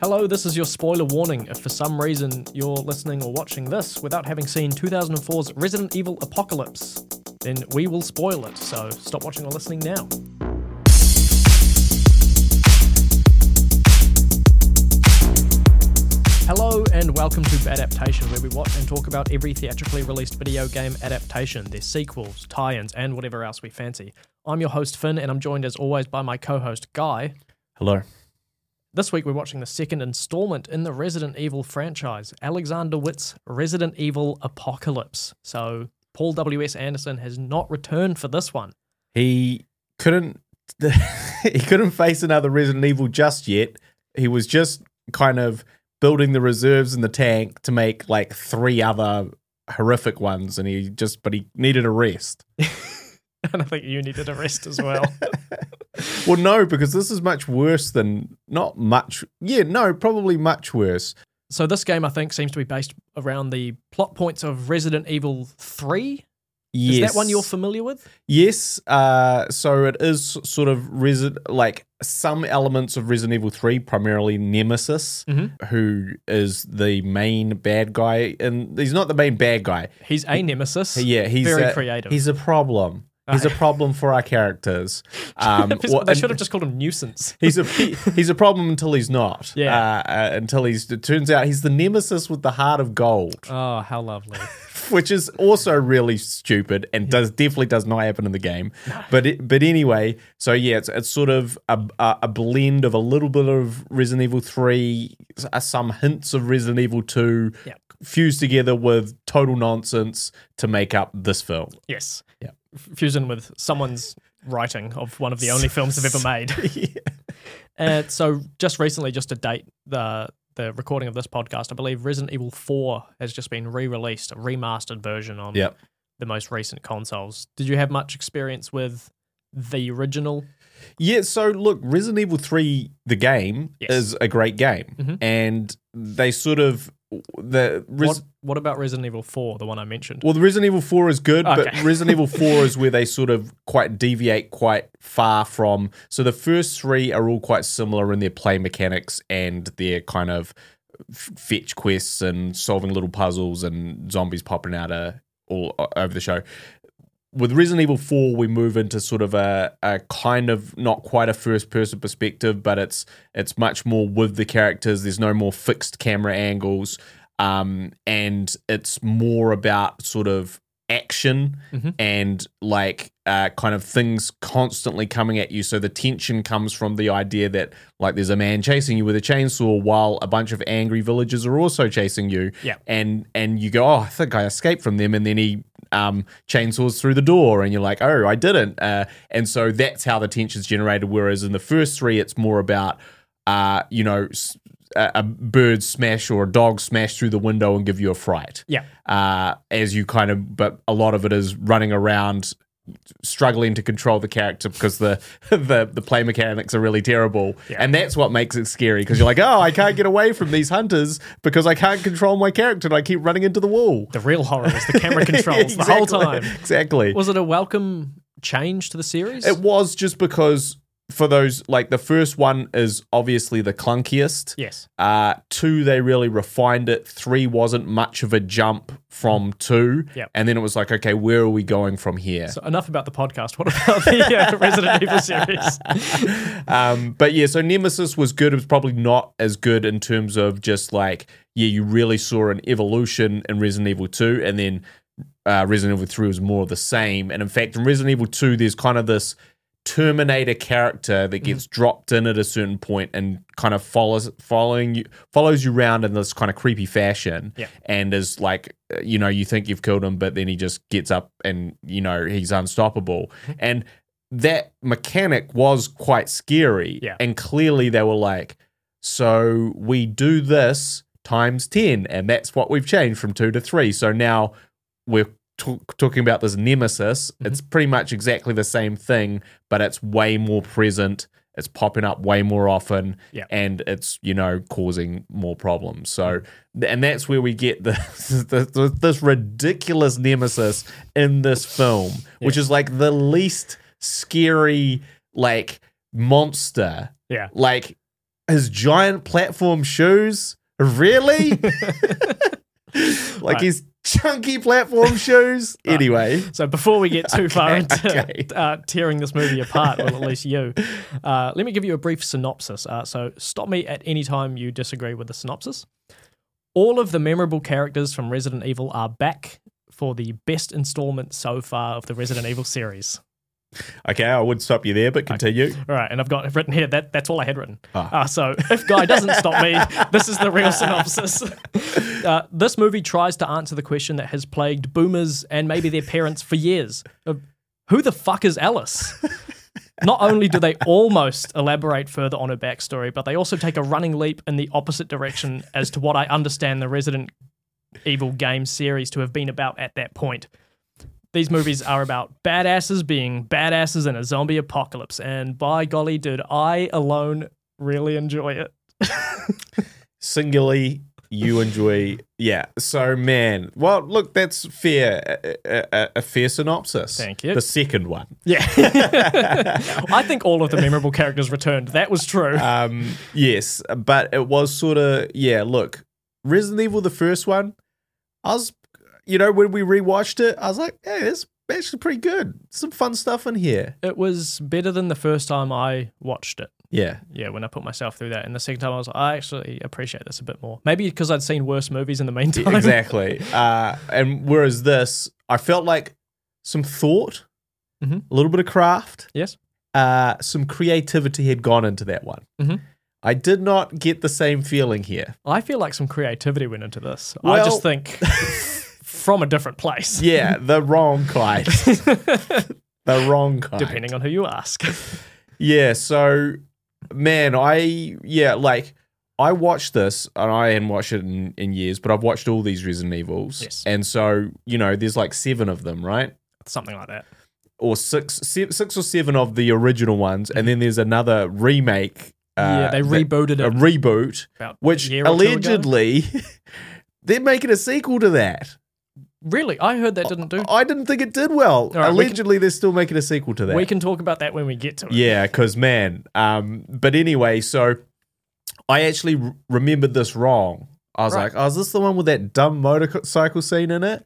Hello, this is your spoiler warning. If for some reason you're listening or watching this without having seen 2004's Resident Evil Apocalypse, then we will spoil it, so stop watching or listening now. Hello and welcome to Adaptation, where we watch and talk about every theatrically released video game adaptation, their sequels, tie ins, and whatever else we fancy. I'm your host, Finn, and I'm joined as always by my co host, Guy. Hello. This week we're watching the second installment in the Resident Evil franchise, Alexander Witt's Resident Evil Apocalypse. So Paul W.S. Anderson has not returned for this one. He couldn't he couldn't face another Resident Evil just yet. He was just kind of building the reserves in the tank to make like three other horrific ones and he just but he needed a rest. and I think you needed a rest as well. Well no, because this is much worse than not much yeah, no, probably much worse. so this game I think seems to be based around the plot points of Resident Evil 3. Is Yes. that one you're familiar with? Yes, uh, so it is sort of Resi- like some elements of Resident Evil 3, primarily Nemesis, Mhm. who is the main bad guy. And he's not the main bad guy. He's a nemesis. Yeah, he's Very a- creative. He's a problem. He's a problem for our characters. Um, well, they and should have just called him nuisance. He's a he- he's a problem until he's not. Yeah. Uh, uh, until he's it turns out he's the nemesis with the heart of gold, Oh, how lovely. which is also really stupid and does definitely does not happen in the game. But it, but anyway, so yeah, it's it's sort of a, a a blend of a little bit of Resident Evil Three, s- uh, some hints of Resident Evil Two, Yep. fused together with total nonsense to make up this film. Yes. Yeah. F- Fusion with someone's writing of one of the only films I've ever made. yeah. Uh, so just recently, just to date the the recording of this podcast, I believe Resident Evil Four has just been re released, a remastered version on Yep. the most recent consoles. Did you have much experience with the original? Yeah, so look, Resident Evil 3, the game, Yes. is a great game. Mhm. And they sort of. the Res- what What about Resident Evil Four, the one I mentioned? Well, the Resident Evil 4 is good, Okay. but Resident Evil 4 is where they sort of quite deviate quite far from. So the first three are all quite similar in their play mechanics and their kind of f- fetch quests and solving little puzzles and zombies popping out of all o- over the show. With Resident Evil 4, we move into sort of a, a kind of not quite a first person perspective, but it's it's much more with the characters. There's no more fixed camera angles. Um, and it's more about sort of action Mhm. and like uh, kind of things constantly coming at you. So the tension comes from the idea that like there's a man chasing you with a chainsaw while a bunch of angry villagers are also chasing you. Yeah. And and you go, oh, I think I escaped from them, and then he um, chainsaws through the door, and you're like, oh, I didn't. Uh, and so that's how the tension's generated. Whereas in the first three, it's more about uh, you know. s- A a bird smash or a dog smash through the window and give you a fright yeah, uh, as you kind of, but a lot of it is running around, struggling to control the character because the the, the play mechanics are really terrible, Yeah. and that's what makes it scary because you're like, oh, I can't get away from these hunters because I can't control my character and I keep running into the wall. the real horror is the camera controls the whole Exactly. time. Exactly. Was it a welcome change to the series? It was just because for those like the first one is obviously the clunkiest. yes. Uh, two, they really refined it. Three wasn't much of a jump from two. Yep. And then it was like, okay, where are we going from here? So enough about the podcast. What about the uh, Resident Evil series? um, but yeah, so Nemesis was good. It was probably not as good in terms of just like, yeah, you really saw an evolution in Resident Evil 2, and then uh, Resident Evil 3 was more of the same. And in fact, in Resident Evil 2, there's kind of this Terminator character that gets dropped in at a certain point and kind of follows following you follows you around in this kind of creepy fashion. Yeah. And is like, uh, you know, you think you've killed him, but then he just gets up and, you know, he's unstoppable. And that mechanic was quite scary. Yeah. And clearly they were like, so we do this times 10, and that's what we've changed from two to three. So now we're t- talking about this nemesis. Mm-hmm. It's pretty much exactly the same thing, but it's way more present. It's popping up way more often, Yeah. and it's you know causing more problems. So, Mm-hmm. th- and that's where we get the, the, the this ridiculous nemesis in this film, which is like the least scary like monster Yeah. like his giant platform shoes. Really? like Right. his chunky platform shoes. Right. Anyway, So before we get too far Okay, into okay. uh, tearing this movie apart, well, at least you, uh, let me give you a brief synopsis. Uh, so stop me at any time you disagree with the synopsis. All of the memorable characters from Resident Evil are back for the best installment so far of the Resident Evil series. okay, I would stop you there, but continue. All right, and I've got written here that that's all I had written. Ah. Uh, so if Guy doesn't stop me, this is the real synopsis. Uh, this movie tries to answer the question that has plagued boomers and maybe their parents for years: of, Who the fuck is Alice? Not only do they almost elaborate further on her backstory, but they also take a running leap in the opposite direction as to what I understand the Resident Evil game series to have been about at that point. These movies are about badasses being badasses in a zombie apocalypse, and by golly, dude, I alone really enjoy it. Singularly, you enjoy. Yeah. So, man, well, look, that's fair. A, a- a fair synopsis. Thank you. The second one. Yeah. I think all of the memorable characters returned. That was true. um, yes, but it was sort of yeah. Look, Resident Evil the first one, I was, you know, when we rewatched it, I was like, hey, that's actually pretty good. Some fun stuff in here. It was better than the first time I watched it. Yeah, Yeah, when I put myself through that. And the second time I was like, I actually appreciate this a bit more. Maybe because I'd seen worse movies in the meantime. e-, exactly. uh, and whereas this, I felt like some thought, Mhm. a little bit of craft, Yes. uh, some creativity had gone into that one. Mhm. I did not get the same feeling here. I feel like some creativity went into this. I Well- just think from a different place. Yeah, the wrong kind. the wrong kind. Depending on who you ask. Yeah, so man, I yeah, like I watched this and I hadn't watched it in, in years, but I've watched all these Resident Evils. Yes. And so, you know, there's like seven of them, right? Something like that. Or six se- six or seven of the original ones, and then there's another remake. Mm-hmm. yeah, uh, they that- rebooted a it reboot, about which a year or two ago. allegedly they're making a sequel to that. Really? I heard that didn't do. I didn't think it did well. right, we can- allegedly, they're still making a sequel to that. We can talk about that when we get to it. Yeah, because man. Um, but anyway, so I actually r- remembered this wrong. I was Right. like, oh, is this the one with that dumb motorcycle scene in it?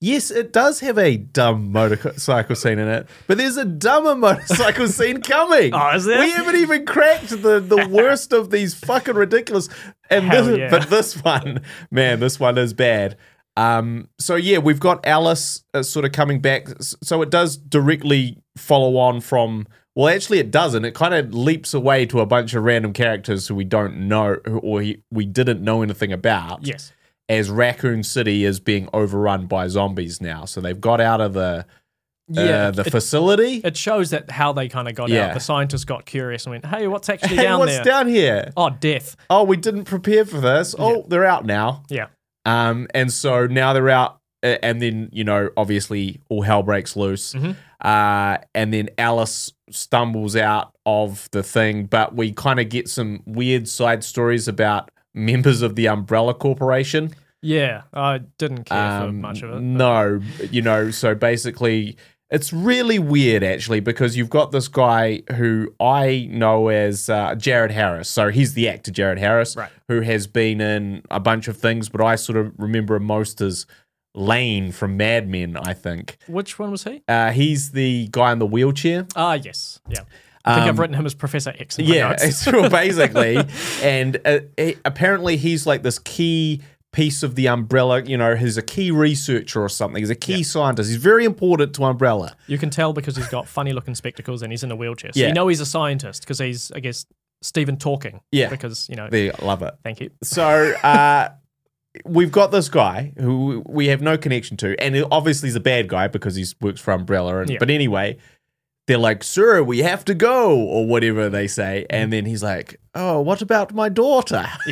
Yes, it does have a dumb motorcycle scene in it, but there's a dumber motorcycle scene coming. Oh, is there? We haven't even cracked the, the worst of these fucking ridiculous. And Hell this, yeah. but this one, man, this one is bad. Um, so yeah, we've got Alice uh, sort of coming back. S- So it does directly follow on from. Well, actually, it doesn't. It kind of leaps away to a bunch of random characters who we don't know who- or he, we didn't know anything about. Yes. As Raccoon City is being overrun by zombies now, so they've got out of the uh, Yeah. the it, facility. it shows that how they kind of got Yeah. out. The scientists got curious and went, "Hey, what's actually Hey, down what's there?" down here? oh, death. Oh, we didn't prepare for this. Oh, they're out now. Yeah. Um, and so now they're out, a- and then you know, obviously, all hell breaks loose. Mhm. Uh, and then Alice stumbles out of the thing, but we kind of get some weird side stories about members of the Umbrella Corporation. Yeah, I didn't care for Um, much of it. No, you know, so basically, it's really weird actually because you've got this guy who I know as uh, Jared Harris. So he's the actor Jared Harris, Right. who has been in a bunch of things, but I sort of remember him most as Lane from Mad Men. I think Which one was he? uh, he's the guy in the wheelchair. Ah, yes. Yeah. I think Um, I've written him as Professor X. In my Yeah, notes. it's well, basically, and uh, he- apparently he's like this key piece of the umbrella. You know, he's a key researcher or something. He's a key scientist. He's very important to Umbrella. you can tell because he's got funny-looking spectacles and he's in a wheelchair. So Yeah. you know he's a scientist because he's, I guess, Stephen talking. Yeah. Because you know, They love it. thank you. So uh, we've got this guy who we have no connection to, and he- obviously he's a bad guy because he works for Umbrella. And Yeah. but anyway, they're like, "Sir, we have to go," or whatever they say, and then he's like, "Oh, what about my daughter?"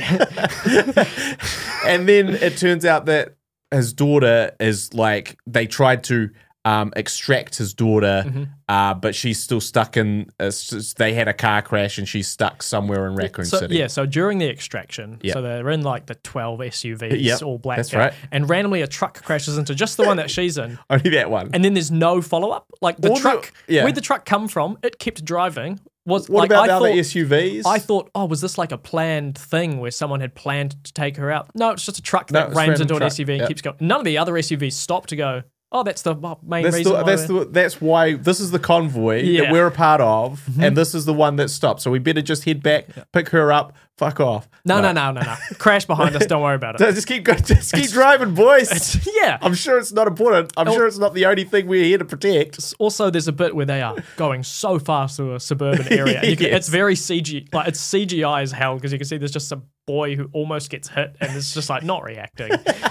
and then it turns out that his daughter is like they tried to. Um, extract his daughter, Mm-hmm. uh, but she's still stuck in. Uh, s- s- they had a car crash, and she's stuck somewhere in Raccoon So, City. yeah, so during the extraction, Yeah. so they're in like the 12 SUVs, Yep, all black. that's out, right. And randomly a truck crashes into just the one that she's in. Only that one. And then there's no follow up. Like the Or the- truck, yeah. where'd the truck come from? It kept driving. was What like, about I the other thought- SUVs? I thought, oh, was this like a planned thing where someone had planned to take her out? No, it's just a truck No, that it's a rams random into an truck, SUV and yeah. keeps going. None of the other SUVs stop to go. Oh, that's the well, main That's reason. the, why that's, we're-" the, that's why this is the convoy Yeah. Mm-hmm. that we're a part of, and this is the one that stopped. So we better just head back, pick her up, fuck off. no, no, no, no, no. Crash behind us. Don't worry about it. No, Just keep go- just keep driving, boys. yeah. I'm sure it's not important. I'm sure it's not the only thing we're here to protect. also, there's a bit where they are going so fast through a suburban area. and you can- It's Yes. very CG, like it's CGI as hell because you can see there's just a boy who almost gets hit and is just like not reacting.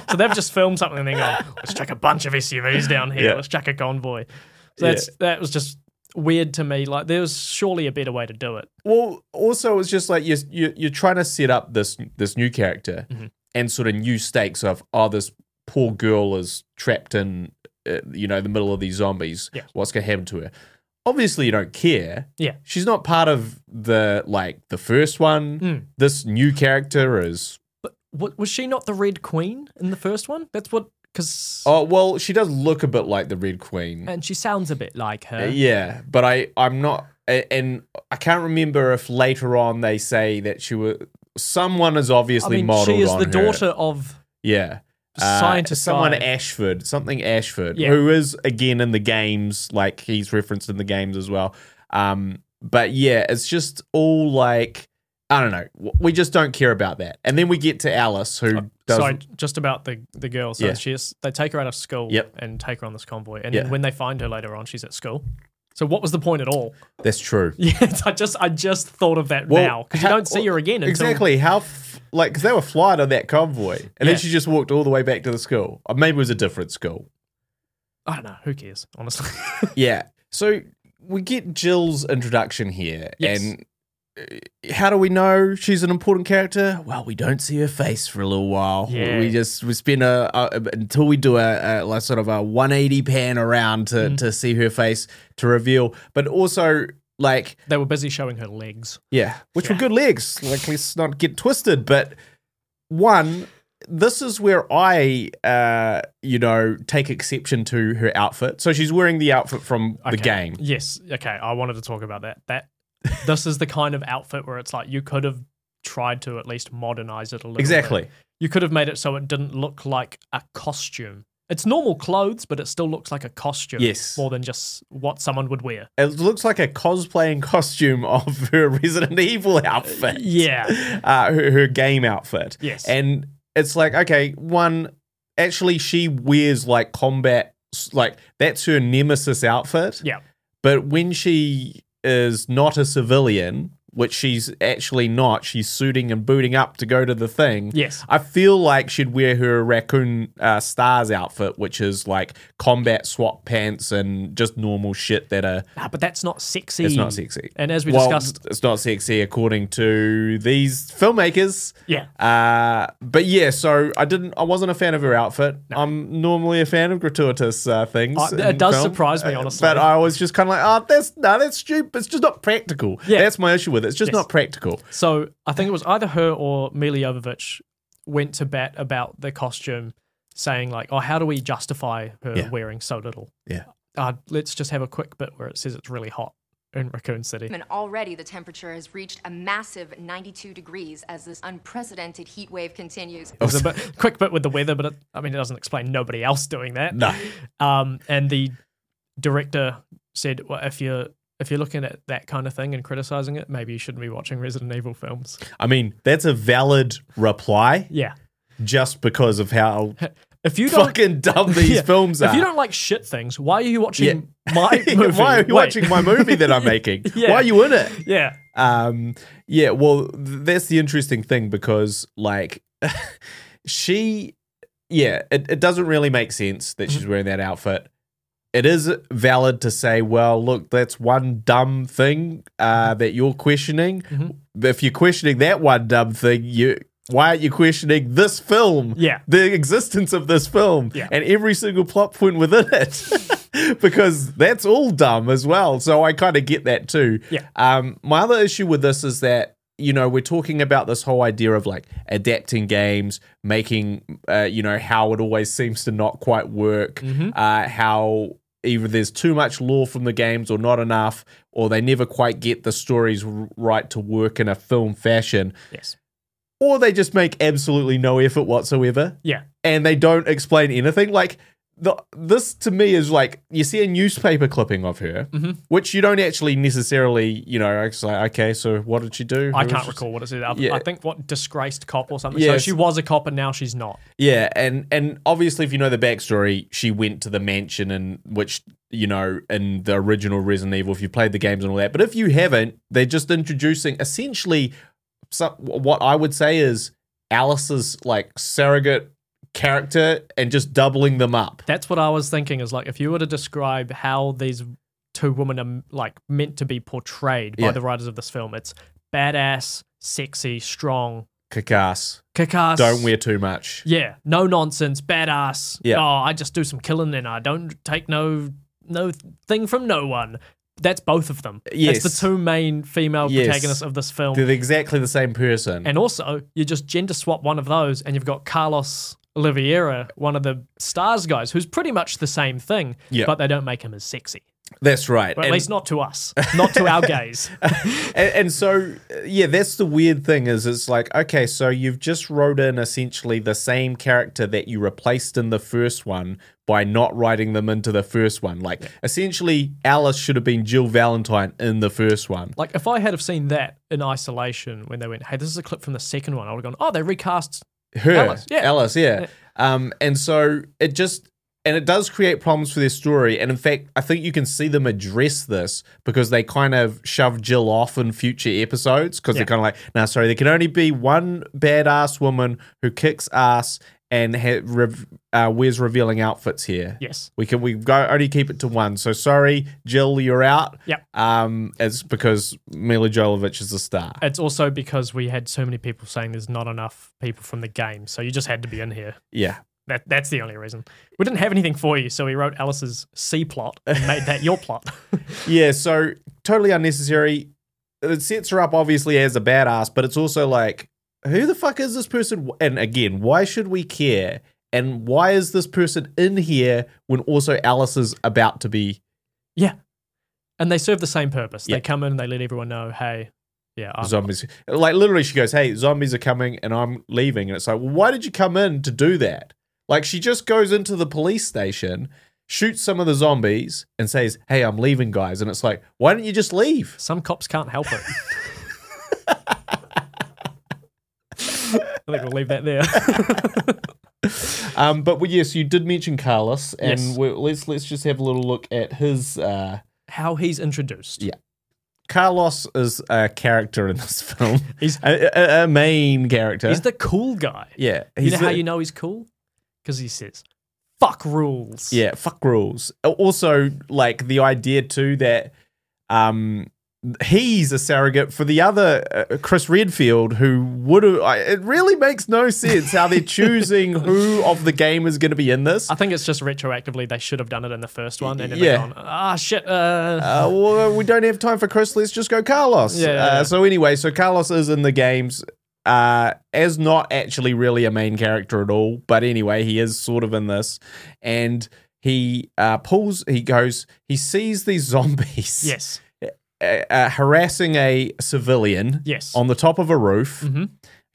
so they've just filmed something and they go, let's chuck a bunch of SUVs down here. Yeah. Let's chuck a convoy. So that's that was just weird to me. Like there was surely a better way to do it. Well, also it's just like you're you're, you're trying to set up this this new character Mm-hmm. and sort of new stakes of oh this poor girl is trapped in uh, you know the middle of these zombies. Yeah. What's gonna happen to her? Obviously, you don't care. Yeah. she's not part of the like the first one. Mm. This new character is Wa- was she not the Red Queen in the first one? That's what because oh well, she does look a bit like the Red Queen. Uh, and she sounds a bit like her. Oh. Yeah, but I I'm not, a- and I can't remember if later on they say that she was someone is I obviously mean, modeled she is on the her. daughter of Yeah. Uh, Scientist someone guy. Ashford, something Ashford, Yeah. who is again in the games, like he's referenced in the games as well. Um, but yeah, it's just all like I don't know. W- We just don't care about that. And then we get to Alice, who Uh, does Sorry, just about the the girl. So Yeah. she's they take her out of school Yep. and take her on this convoy, and Yeah. then when they find her later on, she's at school. So what was the point at all? that's true. Yes, I just I just thought of that Well, now because you how- don't see her again. Until, Exactly. How f- like because they were flying on that convoy, and Yeah. then she just walked all the way back to the school. Or maybe it was a different school. I don't know. Who cares? Honestly, Yeah. So we get Jill's introduction here, Yes. and uh, how do we know she's an important character? Well, we don't see her face for a little while. We- Yeah. We just we spend a, a until we do a, a like sort of a one eighty pan around to Mm. to see her face to reveal, but also like they were busy showing her legs. yeah, which were good legs. Like, let's not get twisted. But one, this is where I, uh, you know, take exception to her outfit. So she's wearing the outfit from the Okay. game. Yes. Okay. I wanted to talk about that. That this is the kind of outfit where it's like you could have tried to at least modernize it a little. bit. Exactly. You could have made it so it didn't look like a costume. It's normal clothes, but it still looks like a costume. Yes. More than just what someone would wear. It looks like a cosplaying costume of her Resident Evil outfit. Yeah. uh, her, her game outfit. Yes. And it's like, okay, one, actually, she wears like combat, like that's her nemesis outfit. Yeah. But when she is not a civilian, which she's actually not, she's suiting and booting up to go to the thing. yes. I feel like she'd wear her raccoon uh, stars outfit, which is like combat swap pants and just normal shit that are Ah, but that's not sexy. it's not sexy. And as we well, discussed, it's not sexy according to these filmmakers. yeah. Uh, but yeah, so I didn't. I wasn't a fan of her outfit. I'm normally a fan of gratuitous uh, things. Uh, it in does film. surprise me, Uh, honestly. But I was just kind of like, oh, that's no, that's stupid. It's just not practical. Yeah. that's my issue with it. It's just Yes. not practical. So I think it was either her or Mili Jovovich went to bat about the costume, saying like, "Oh, how do we justify her Yeah. wearing so little? Yeah. uh, let's just have a quick bit where it says it's really hot in Raccoon City." And already the temperature has reached a massive 92 degrees as this unprecedented heat wave continues. It was a bit, quick bit with the weather, but it, I mean, it doesn't explain nobody else doing that. No. Um, and the director said, well, "If you're if you're looking at that kind of thing and criticizing it, maybe you shouldn't be watching Resident Evil films." I mean, that's a valid reply Yeah. just because of how If you don't fucking dumb these Yeah. films are. If you don't like shit things, why are you watching my movie? Why are you Wait. watching my movie that I'm making? Yeah. Why are you in it? Yeah. Um, yeah, well, th- that's the interesting thing because, like, she, yeah, it, it doesn't really make sense that she's wearing that outfit. It is valid to say, well, look, that's one dumb thing uh, that you're questioning. Mhm. If you're questioning that one dumb thing, you why aren't you questioning this film? Yeah. the existence of this film Yeah. and every single plot point within it because that's all dumb as well so i kind of get that too Yeah. um my other issue with this is that you know we're talking about this whole idea of like adapting games Mm-hmm. making uh, you know how it always seems to not quite work uh, how either there's too much lore from the games or not enough, or they never quite get the stories r- right to work in a film fashion, Yes. or they just make absolutely no effort whatsoever Yeah. and they don't explain anything. Like the this to me is like you see a newspaper clipping of her, Mhm. which you don't actually necessarily, you know, it's like okay, so what did she do? I Who can't was she- recall what it said. I, Yeah. I think what disgraced cop or something. So Yes. she was a cop and now she's not. Yeah, and and obviously, if you know the backstory, she went to the mansion, and which you know, in the original Resident Evil, if you played the games and all that. But if you haven't, they're just introducing essentially some, what I would say is Alice's like surrogate character, and just doubling them up. That's what I was thinking. Is like if you were to describe how these two women are like meant to be portrayed by Yeah. the writers of this film, it's badass, sexy, strong, Kick ass. kick-ass. Don't wear too much. Yeah, no nonsense, badass. Yeah. Oh, I just do some killing and I don't take no no thing from no one. That's both of them. Yes. That's the two main female Yes. protagonists of this film. They're exactly the same person. And also, you just gender swap one of those, and you've got Carlos Oliveira, one of the stars guys, who's pretty much the same thing, Yeah. but they don't make him as sexy. That's right. Well, at and, least not to us, not to our gaze. and, and so, uh, yeah, that's the weird thing is it's like, okay, so you've just wrote in essentially the same character that you replaced in the first one by not writing them into the first one. Like, essentially, Alice should have been Jill Valentine in the first one. Like if I had have seen that in isolation when they went, "Hey, this is a clip from the second one," I would have gone, "Oh, they recast." Her. Alice, yeah. Alice, yeah. Um, and so it just. And it does create problems for their story. And in fact, I think you can see them address this because they kind of shove Jill off in future episodes because Yeah. they're kind of like, nah, sorry, there can only be one badass woman who kicks ass and ha- rev- uh, wears revealing outfits here. Yes. We can we go only keep it to one. So sorry, Jill, you're out. Yep. Um, it's because Mila Jovovich is a star. It's also because we had so many people saying there's not enough people from the game, so you just had to be in here. Yeah. That that's the only reason. We didn't have anything for you, so we wrote Alice's C plot and made that your plot. Yeah, so totally unnecessary. It sets her up obviously as a badass, but it's also like, who the fuck is this person? And again, why should we care? And why is this person in here when also Alice is about to be? yeah. And they serve the same purpose. Yeah. They come in and they let everyone know, hey, yeah, I'm, Zombies, like literally, she goes, "Hey, zombies are coming, and I'm leaving." And it's like, well, why did you come in to do that? Like, she just goes into the police station, shoots some of the zombies, and says, "Hey, I'm leaving, guys." And it's like, why don't you just leave? some cops can't help it. I think we'll leave that there. Um, but well, yes, you did mention Carlos, and Yes. we let's let's just have a little look at his. Uh, How he's introduced. Yeah. Carlos is a character in this film. He's- a, a- a main character. He's the cool guy. yeah, You he's know how the- you know he's cool? Because he says, fuck rules. Yeah, fuck rules. Uh, Also, like the idea too that um he's a surrogate for the other uh, Chris Redfield who would have it really makes no sense how they're choosing who of the game is going to be in this. I think it's just retroactively they should have done it in the first one and then Yeah. they've gone, ah, shit. Uh. uh, well, we don't have time for Chris. Let's just go Carlos. Yeah, yeah, uh, yeah. So anyway, so Carlos is in the games uh, as not actually really a main character at all, but anyway, he is sort of in this, and he uh, pulls. He goes. He sees these zombies. yes. Uh, uh, harassing a civilian. Yes. On the top of a roof. Mhm.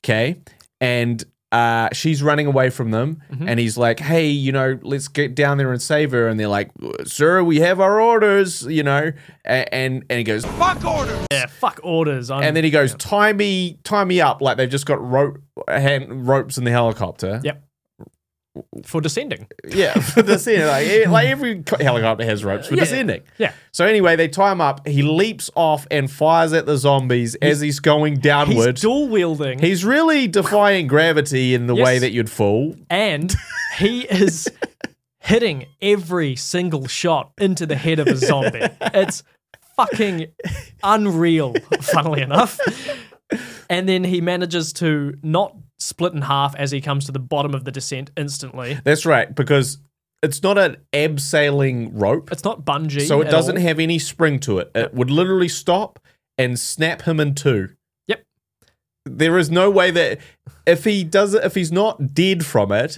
Okay, and. Uh, she's running away from them, Mm-hmm. and he's like, "Hey, you know, let's get down there and save her." And they're like, "Sir, we have our orders," you know. A- And and he goes, yeah, fuck orders. I'm, and then he goes, "Tie me, tie me up!" Like they've just got rope, hand, ropes in the helicopter. Yep. For descending. Yeah, for descending. Like, eh, like every co- helicopter has ropes for Yeah. descending. Yeah. So anyway, they tie him up. He leaps off and fires at the zombies as he's going He's downward. He's, dual wielding. really defying gravity in the Yes. way that you'd fall. and he is hitting every single shot into the head of a zombie. It's fucking unreal, funnily enough. And then he manages to not split in half as he comes to the bottom of the descent instantly. That's right, because it's not an abseiling rope, It's not bungee. so it at doesn't all. have any spring to it. It would literally stop and snap him in two. Yep. there is no way that if he does it, if he's not dead from it,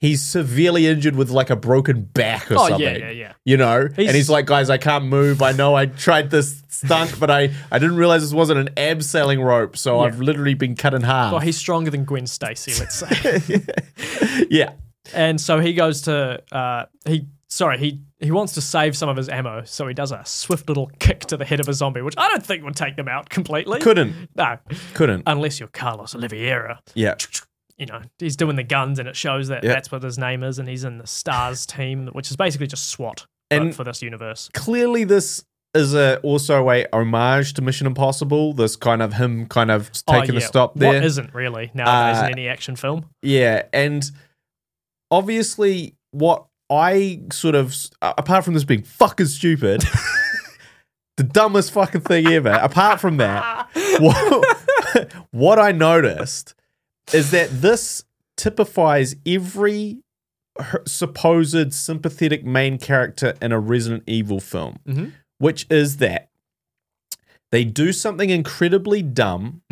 he's severely injured with like a broken back Mm-hmm. or Oh, yeah, something. yeah, yeah. You know, He's- and he's like, guys, I can't move. I know I tried this stunt, but I I didn't realize this wasn't an abseiling rope, so I've literally been cut in half. Well, Oh, he's stronger than Gwen Stacy, let's say. yeah. and so he goes to uh, he sorry he he wants to save some of his ammo, so he does a swift little kick to the head of a zombie, which I don't think would take them out completely. Couldn't. no, Couldn't. unless you're Carlos Oliveira. yeah. You know, he's doing the guns, and it shows that Yeah. that's what his name is, and he's in the Stars team, which is basically just SWAT but And- for this universe. Clearly, this is a also a homage to Mission Impossible. This kind of him kind of Oh, taking a yeah. stop there. What isn't really nowadays Uh, in any action film? Yeah, and obviously, what I sort of, apart from this being fucking stupid, the dumbest fucking thing ever. Apart from that, what, what I noticed is that this typifies every her- supposed sympathetic main character in a Resident Evil film, Mhm. which is that they do something incredibly dumb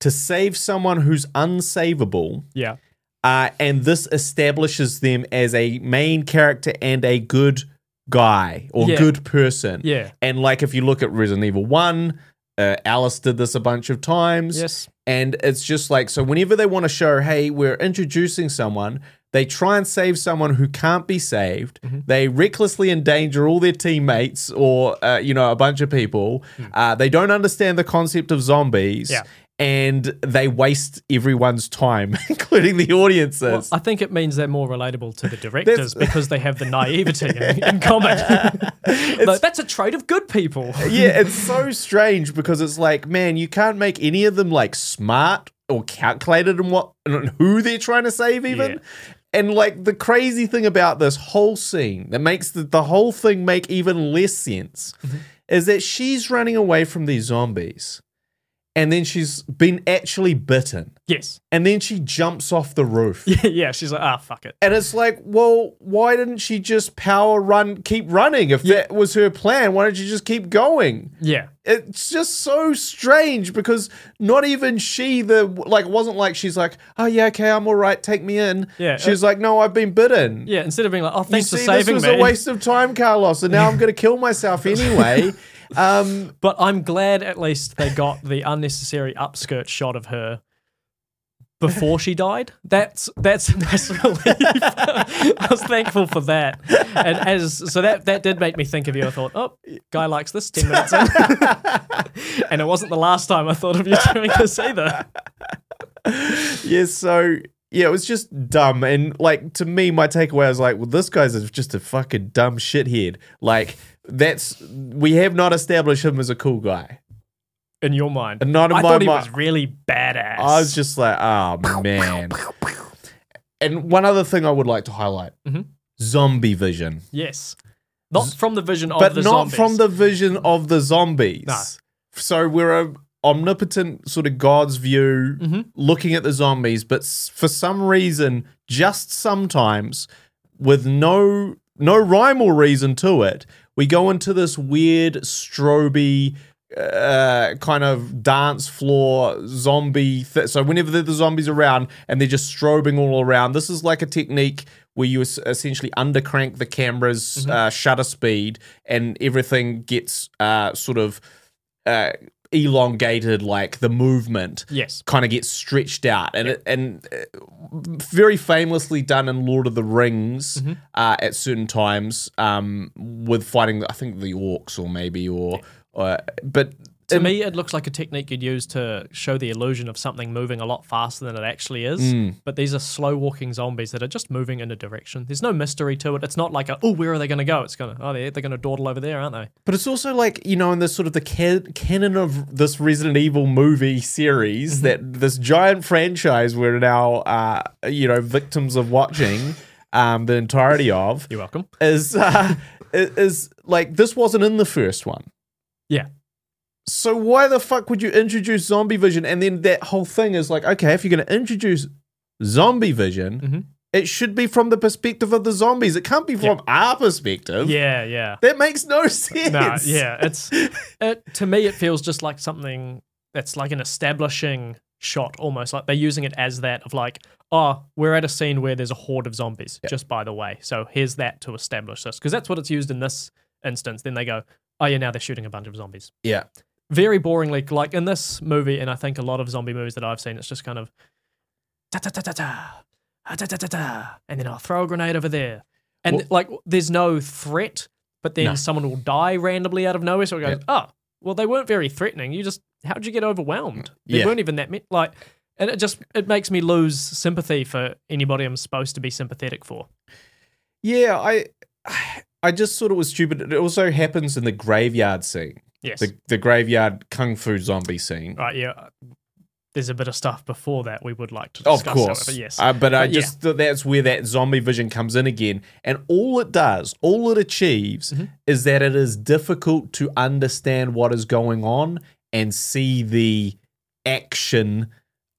to save someone who's unsavable. Yeah, Uh, and this establishes them as a main character and a good guy or Yeah. good person. yeah, And like if you look at Resident Evil 1, uh, Alice did this a bunch of times. yes. And it's just like, so whenever they want to show, hey, we're introducing someone, they try and save someone who can't be saved. Mm-hmm. They recklessly endanger all their teammates or, uh, you know, a bunch of people. Uh, they don't understand the concept of zombies. Hmm. Yeah. And they waste everyone's time, including the audiences. Well, I think it means they're more relatable to the directors because they have the naivety in, in common. Like, that's a trait of good people. yeah, it's so strange because it's like, man, you can't make any of them like smart or calculated in what and who they're trying to save even. Yeah. And like the crazy thing about this whole scene that makes the, the whole thing make even less sense Mm-hmm. is that she's running away from these zombies. And then she's been actually bitten. Yes. And then she jumps off the roof. yeah, she's like, ah, fuck it. And it's like, well, why didn't she just power run, keep running? If that was her plan, why didn't she just keep going? Yeah. it's just so strange because not even she the like wasn't like she's like oh yeah okay i'm all right take me in Yeah, uh, she's like no i've been bitten Yeah, instead of being like, oh, you thanks see for this saving was me. a waste of time carlos and now i'm gonna kill myself anyway um But I'm glad at least they got the unnecessary upskirt shot of her before she died. That's that's a nice relief. I was thankful for that. And as so that that did make me think of you. I thought, oh, guy likes this ten minutes in. and it wasn't the last time I thought of you doing this either. yeah so yeah it was just dumb and like to me my takeaway was like well this guy's a- just a fucking dumb shithead like that's we have not established him as a cool guy In your mind. And not in I my thought he mi- was really badass. I was just like, oh man. And one other thing I would like to highlight: Mhm. zombie vision, Yes. Not from the vision of but the not zombies. from the vision of the zombies. No. So we're a omnipotent sort of God's view, looking at the zombies, but s- for some reason, just sometimes, with no no rhyme or reason to it, we go into this weird stroby uh, kind of dance floor zombie. Th- so whenever the, the zombies around and they're just strobing all around, this is like a technique where you es- essentially undercrank the camera's uh, shutter speed and everything gets uh, sort of uh, elongated, like the movement Yes. kind of gets stretched out, and it, and uh, very famously done in Lord of the Rings uh, at certain times um, with fighting, I think the orcs or maybe or, uh, but To me, it looks like a technique you'd use to show the illusion of something moving a lot faster than it actually is. But these are slow walking zombies that are just moving in a direction. There's no mystery to it. It's not like, a, oh, where are they going to go? It's going to, oh, they're, they're going to dawdle over there, aren't they? But it's also like you know in the sort of the can- canon of this Resident Evil movie series that this giant franchise we're now uh, you know victims of watching um, the entirety of You're welcome. is uh, is is, like this wasn't in the first one. Yeah. So why the fuck would you introduce zombie vision? And then that whole thing is like, okay, if you're going to introduce zombie vision, it should be from the perspective of the zombies. It can't be from our perspective. Yeah, yeah. That makes no sense. No, yeah. It's, it, to me, it feels just like something that's like an establishing shot almost like they're using it as that of like oh we're at a scene where there's a horde of zombies just by the way so here's that to establish this because that's what it's used in this instance then they go oh yeah now they're shooting a bunch of zombies Yeah. very boringly like in this movie and i think a lot of zombie movies that i've seen it's just kind of da da da da da ah, da da da da and then i'll throw a grenade over there and Well- like there's no threat but then No. someone will die randomly out of nowhere so it goes oh well they weren't very threatening you just how'd you get overwhelmed they Yeah. weren't even that many like and it just it makes me lose sympathy for anybody i'm supposed to be sympathetic for Yeah, I I just thought it was stupid. It also happens in the graveyard scene. yes The the graveyard kung fu zombie scene. right yeah there's a bit of stuff before that we would like to discuss Of course, however, yes Uh, but I But yeah. just thought that's where that zombie vision comes in again, and all it does, all it achieves, Mm-hmm. is that it is difficult to understand what is going on and see the action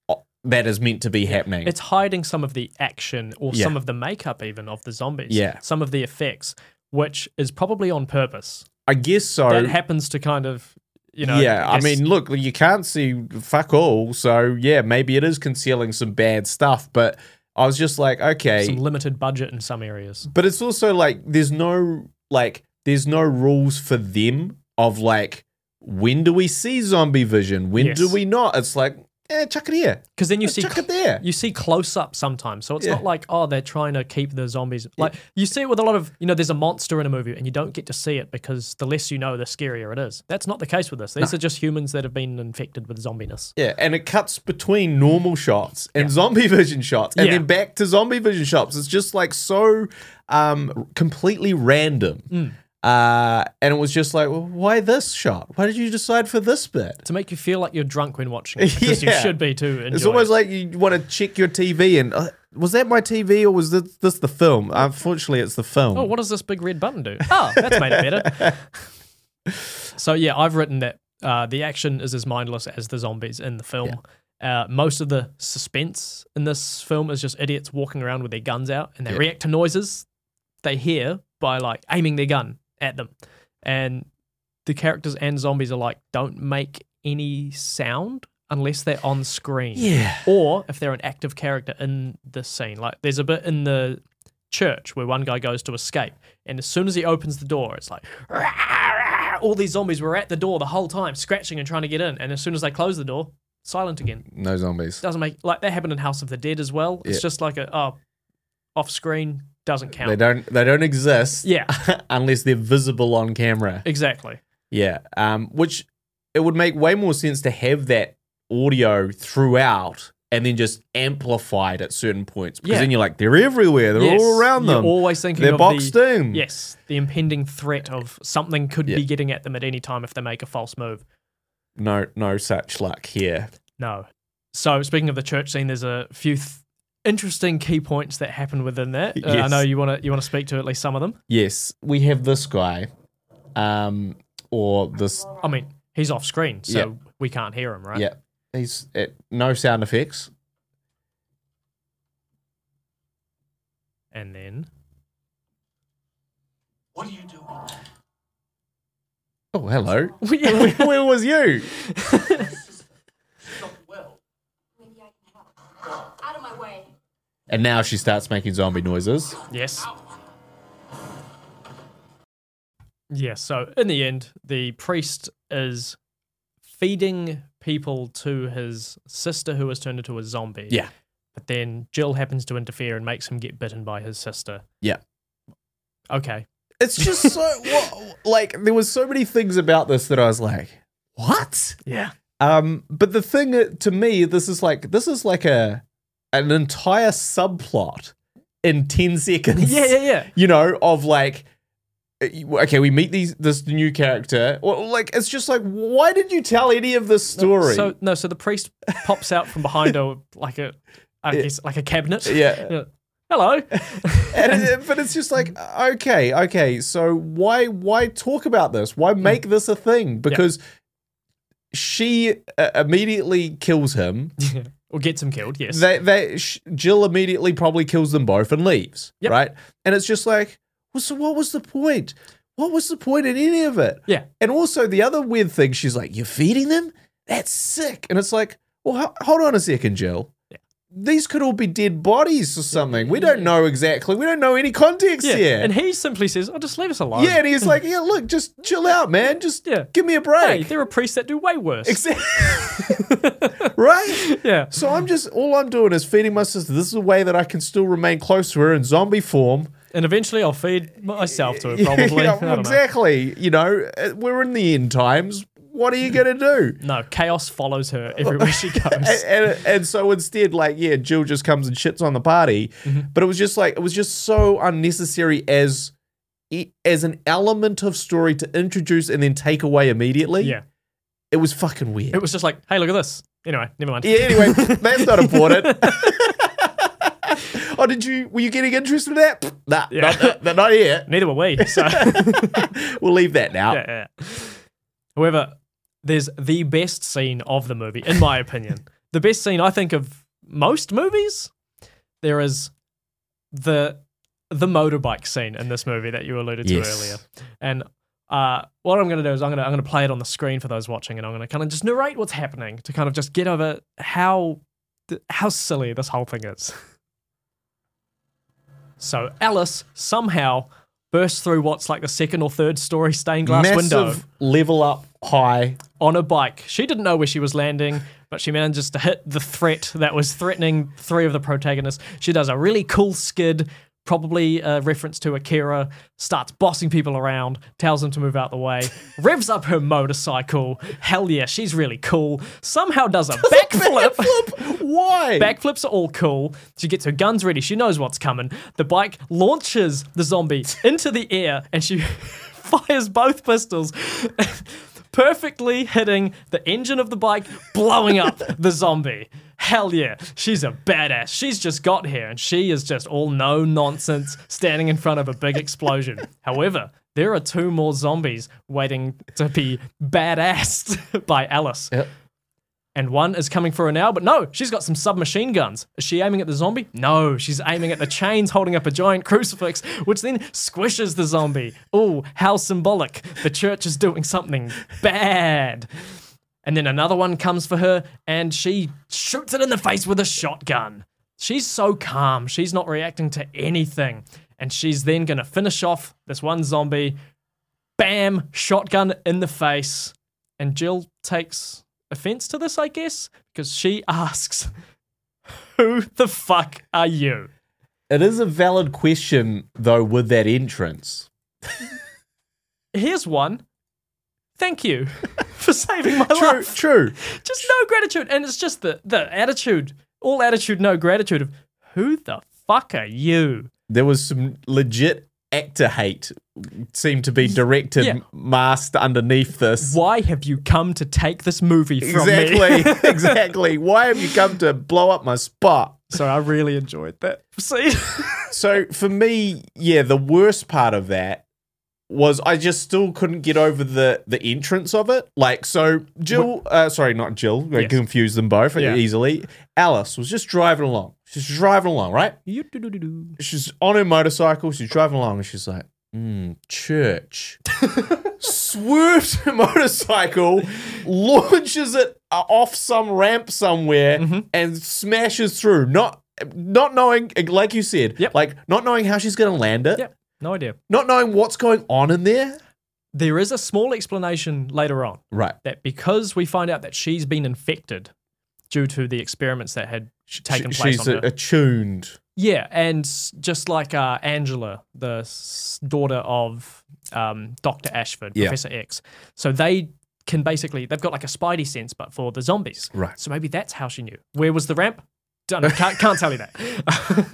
o- that is meant to be happening. It's hiding some of the action or Yeah. some of the makeup even of the zombies. Yeah. Some of the effects, which is probably on purpose. I guess so. that happens to kind of you know yeah, I guess- mean, look, you can't see fuck all, so yeah, maybe it is concealing some bad stuff. But I was just like, okay, some limited budget in some areas. but it's also like there's no like there's no rules for them of like when do we see zombie vision, when do Yes. we not? It's like, eh, chuck it here, Because then you see chuck cl- it there. you see close up sometimes. So it's Yeah. not like, oh, they're trying to keep the zombies. Like you see it with a lot of, you know, there's a monster in a movie and you don't get to see it because the less you know, the scarier it is. That's not the case with this. These are just humans that have been infected with zombiness. yeah, and it cuts between normal shots and zombie vision shots, and Yeah. then back to zombie vision shots. It's just like so um, completely random. Mm. Uh, and it was just like, well, why this shot? Why did you decide for this bit? To make you feel like you're drunk when watching it, because Yeah. you should be too. It's almost like you want to check your TV and uh, was that my TV or was this, this the film? Unfortunately, it's the film. oh, what does this big red button do? Oh, that's made it better. so yeah, I've written that uh, the action is as mindless as the zombies in the film. Uh, most of the suspense in this film is just idiots walking around with their guns out and they Yeah. react to noises they hear by like aiming their gun at them. And the characters and zombies are like, don't make any sound unless they're on screen Yeah. or if they're an active character in the scene. Like there's a bit in the church where one guy goes to escape, and as soon as he opens the door, it's like "Rah, rah." all these zombies were at the door the whole time, scratching and trying to get in. And as soon as they close the door, silent again. No zombies. Doesn't make like that happened in House of the Dead as well. It's Yeah. just like a oh, off screen doesn't count. They don't. They don't exist. Yeah, unless they're visible on camera. exactly. Yeah. Um. Which it would make way more sense to have that audio throughout and then just amplified at certain points because Yeah. then you're like they're everywhere. They're Yes, all around you're them. Always thinking they're of boxed the, in. Yes, the impending threat of something could Yeah. be getting at them at any time if they make a false move. No. No such luck here. No. So speaking of the church scene, there's a few th- interesting key points that happen within that. Uh, I Yes. know you want to you want to speak to at least some of them. Yes. We have this guy. Um. Or this I mean, he's off screen, so Yeah. we can't hear him, right? Yeah. He's uh, no sound effects. And then Oh, hello. Where where was you? Out of my way. And now she starts making zombie noises. yes. Yeah, so in the end, the priest is feeding people to his sister who has turned into a zombie. But then Jill happens to interfere and makes him get bitten by his sister. Yeah. Okay. It's just so wha- like there was so many things about this that I was like, "What?" Yeah. Um, but the thing uh, to me, this is like this is like a an entire subplot in ten seconds. Yeah, yeah, yeah. you know, of like, uh, okay, we meet these this new character. Well, like, it's just like, why did you tell any of this story? So no, so the priest pops out from behind a like a, I guess like a cabinet. Yeah. Hello. and it- but it's just like uh, okay, okay. So why why talk about this? Mm. Why make this a thing? Because she uh, immediately kills him. or gets him killed. Yes. They they sh- Jill immediately probably kills them both and leaves. Yep. Right. And it's just like, well, so what was the point? What was the point in any of it? yeah. And also the other weird thing, she's like, you're feeding them. That's sick. And it's like. Well, ho- hold on a second, Jill. These could all be dead bodies or something. We don't know exactly. We don't know any context Yeah. here. And he simply says, oh, just leave us alone. yeah, and he's like, yeah, look, just chill out, man. Just Yeah. give me a Hey, break. there are priests that do way worse. Exactly. right? yeah. So I'm just all I'm doing is feeding my sister. This is a way that I can still remain close to her in zombie form. And eventually I'll feed myself to it, probably. Yeah, I don't know. exactly. You know, uh, we're in the end times. What are you gonna do? No, chaos follows her everywhere she goes. And, and, and so instead, like, yeah, Jill just comes and shits on the party. Mm-hmm. But it was just like it was just so unnecessary as as an element of story to introduce and then take away immediately. yeah. it was fucking weird. It was just like, hey, look at this. Anyway, never mind. Yeah, anyway, that's not important. oh, did you? Were you getting interested in that? Pfft, Nah, Yeah. not, not, not, here. Neither were we. So We'll leave that now. yeah, yeah, yeah. However, there's the best scene of the movie, in my opinion. the best scene I think of most movies. There is the the motorbike scene in this movie that you alluded to Yes. earlier, and. Uh, what I'm going to do is I'm going to I'm going to play it on the screen for those watching, and I'm going to kind of just narrate what's happening to kind of just get over how th- how silly this whole thing is. So Alice somehow bursts through what's like the second or third story stained glass Massive window level up high. on a bike. She didn't know where she was landing, but she manages to hit the threat that was threatening three of the protagonists. She does a really cool skid, probably a reference to Akira, starts bossing people around, tells them to move out the way, revs up her motorcycle. Hell yeah, she's really cool. Somehow does a backflip. Why? Backflips are all cool. She gets her guns ready. She knows what's coming. The bike launches the zombie into the air and she fires both pistols, perfectly hitting the engine of the bike, blowing up the zombie. Hell yeah, she's a badass. She's just got here and she is just all no nonsense standing in front of a big explosion. However, there are two more zombies waiting to be badassed by Alice Uh, and one is coming for her now, but no, she's got some submachine guns. Is she aiming at the zombie? No, she's aiming at the chains holding up a giant crucifix, which then squishes the zombie. Ooh, how symbolic. The church is doing something bad. And then another one comes for her, and she shoots it in the face with a shotgun. She's so calm, she's not reacting to anything. And she's then gonna finish off this one zombie. Bam! Shotgun in the face. And Jill takes offense to this, I guess, because she asks, Who the fuck are you? It is a valid question though. With that entrance, Here's one. Thank you for saving my true, life. true. Just no gratitude. And it's just the, the attitude, all attitude, no gratitude of, Who the fuck are you? There was some legit actor hate seemed to be directed, Yeah. masked underneath this. Why have you come to take this movie from me? Exactly, exactly. Why have you come to blow up my spot? so I really enjoyed that scene. So for me, yeah, the worst part of that was I just still couldn't get over the the entrance of it. Like so, Jill, uh, sorry, not Jill. I Yes. confused them both Yeah. easily. Alice was just driving along. She's driving along, right? You-do-do-do-do. She's on her motorcycle. She's driving along, and she's like, mm, "Church." Swerves her motorcycle, launches it uh, off some ramp somewhere, Mm-hmm. and smashes through. Not not knowing, like you said, Yep. like not knowing how she's going to land it, yep, no idea. not knowing what's going on in there. There is a small explanation later on. Right. that because we find out that she's been infected due to the experiments that had taken She- place she's on a- her. attuned. yeah, and s- just like uh, Angela, the s- daughter of um, Dr. Ashford, Yeah. Professor X. So they can basically, they've got like a spidey sense, but for the zombies. Right. So maybe that's how she knew. Where was the ramp? Don't know. Can't, can't tell you that.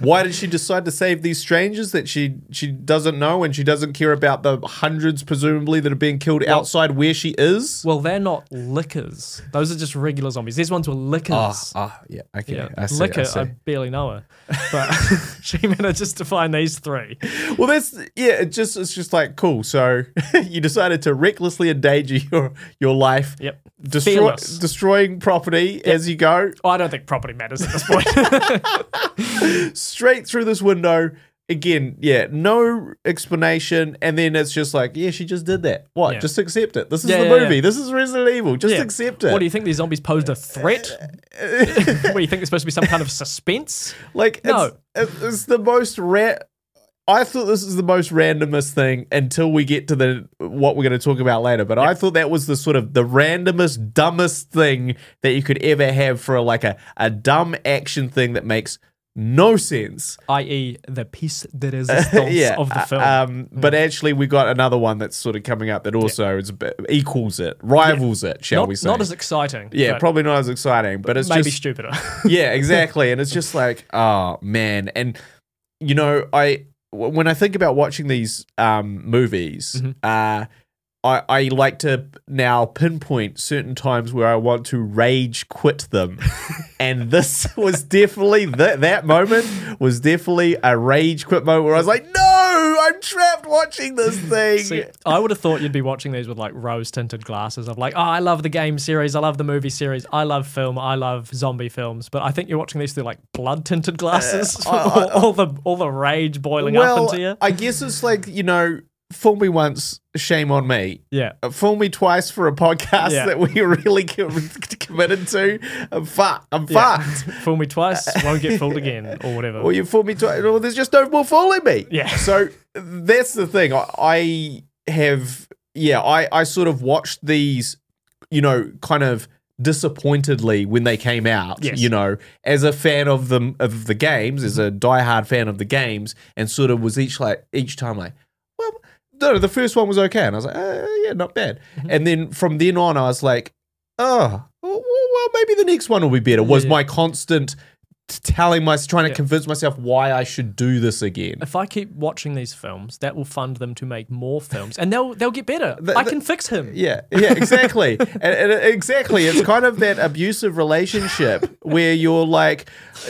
Why did she decide to save these strangers that she she doesn't know and she doesn't care about the hundreds presumably that are being killed outside where she is? well, they're not lickers. Those are just regular zombies. These ones were lickers. ah, yeah, okay, Yeah, I see, I liquor. see. I barely know her, but she manages to find these three. well, that's yeah. It just it's just like cool. So you decided to recklessly endanger your your life. Yep. Destroy, Fearless. destroying property as you go Oh, I don't think property matters at this point. straight through this window. again, yeah, no explanation, and then it's just like, yeah, she just did that. What? Yeah. Just accept it. This is Yeah, the yeah, yeah. movie. This is Resident Evil. Just Yeah. accept it. What do you think these zombies posed a threat? what do you think there's supposed to be some kind of suspense? Like, No. it's, it- it's the most rare. I thought this is the most randomest thing until we get to the what we're going to talk about later. But I thought that was the sort of the randomest, dumbest thing that you could ever have for like a a dumb action thing that makes no sense. I.e., the piece de resistance of the uh, film. Mm. Um, But actually, we got another one that's sort of coming up that also is a bit, equals it, rivals it, shall not, we say? not as exciting. yeah, but probably not as exciting, but it's maybe just stupider. yeah, exactly. And it's just like, oh man. And you know, I w- when I think about watching these um, movies, Mhm. uh, I, I like to now pinpoint certain times where I want to rage quit them, and this was definitely that that moment was definitely a rage quit moment where I was like, no, I'm trapped watching this thing. See, I would have thought you'd be watching these with like rose tinted glasses of like, oh, I love the game series, I love the movie series, I love film, I love zombie films. But I think you're watching these through like blood Uh, tinted glasses, all, all the all the rage boiling well, uh, up into you. I guess it's like you know, fool me once, shame on me. yeah, Uh, fool me twice for a podcast Yeah. that we really co- committed to. I'm fucked. I'm Yeah. fucked. fool me twice, won't get fooled again, or whatever. Or you fooled me twice. Or there's just no more fooling me. Yeah. So that's the thing. I, I have, yeah, I, I sort of watched these, you know, kind of disappointedly when they came out Yes. Mm-hmm. you know as a fan of them of the games as a diehard fan of the games and sort of was each like each time like well no the first one was okay and i was like uh, yeah not bad Mm-hmm. and then from then on i was like oh well, well maybe the next one will be better was Yeah. my constant t- telling myself trying to Yeah. convince myself why i should do this again if I keep watching these films, that will fund them to make more films, and they'll they'll get better. The- I the- can fix him. Yeah, yeah, exactly. and, and it- exactly. It's kind of that abusive relationship where you're like,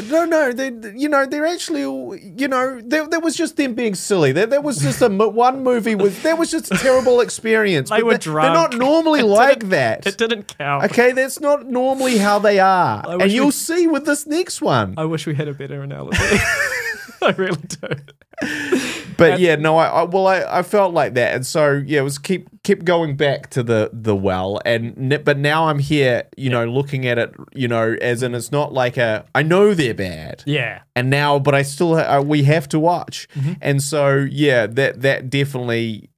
no, no, they, you know, they're actually, all- you know, that that was just them being silly. That that was just a mo- one movie with that was just a terrible experience. They But were They're not drunk. normally like that. It didn't count. Okay, that's not normally how they are, I and wish we- you'll see with this next one. I wish we had a better analogy. I really do. But yeah, no, I, I well, I, I felt like that, and so yeah, it was keep keep going back to the the well, and n- but now I'm here, you know, looking at it, you know, as in it's not like a I know they're bad, Yeah. and now, but I still ha- uh, we have to watch, Mm-hmm. and so yeah, that that definitely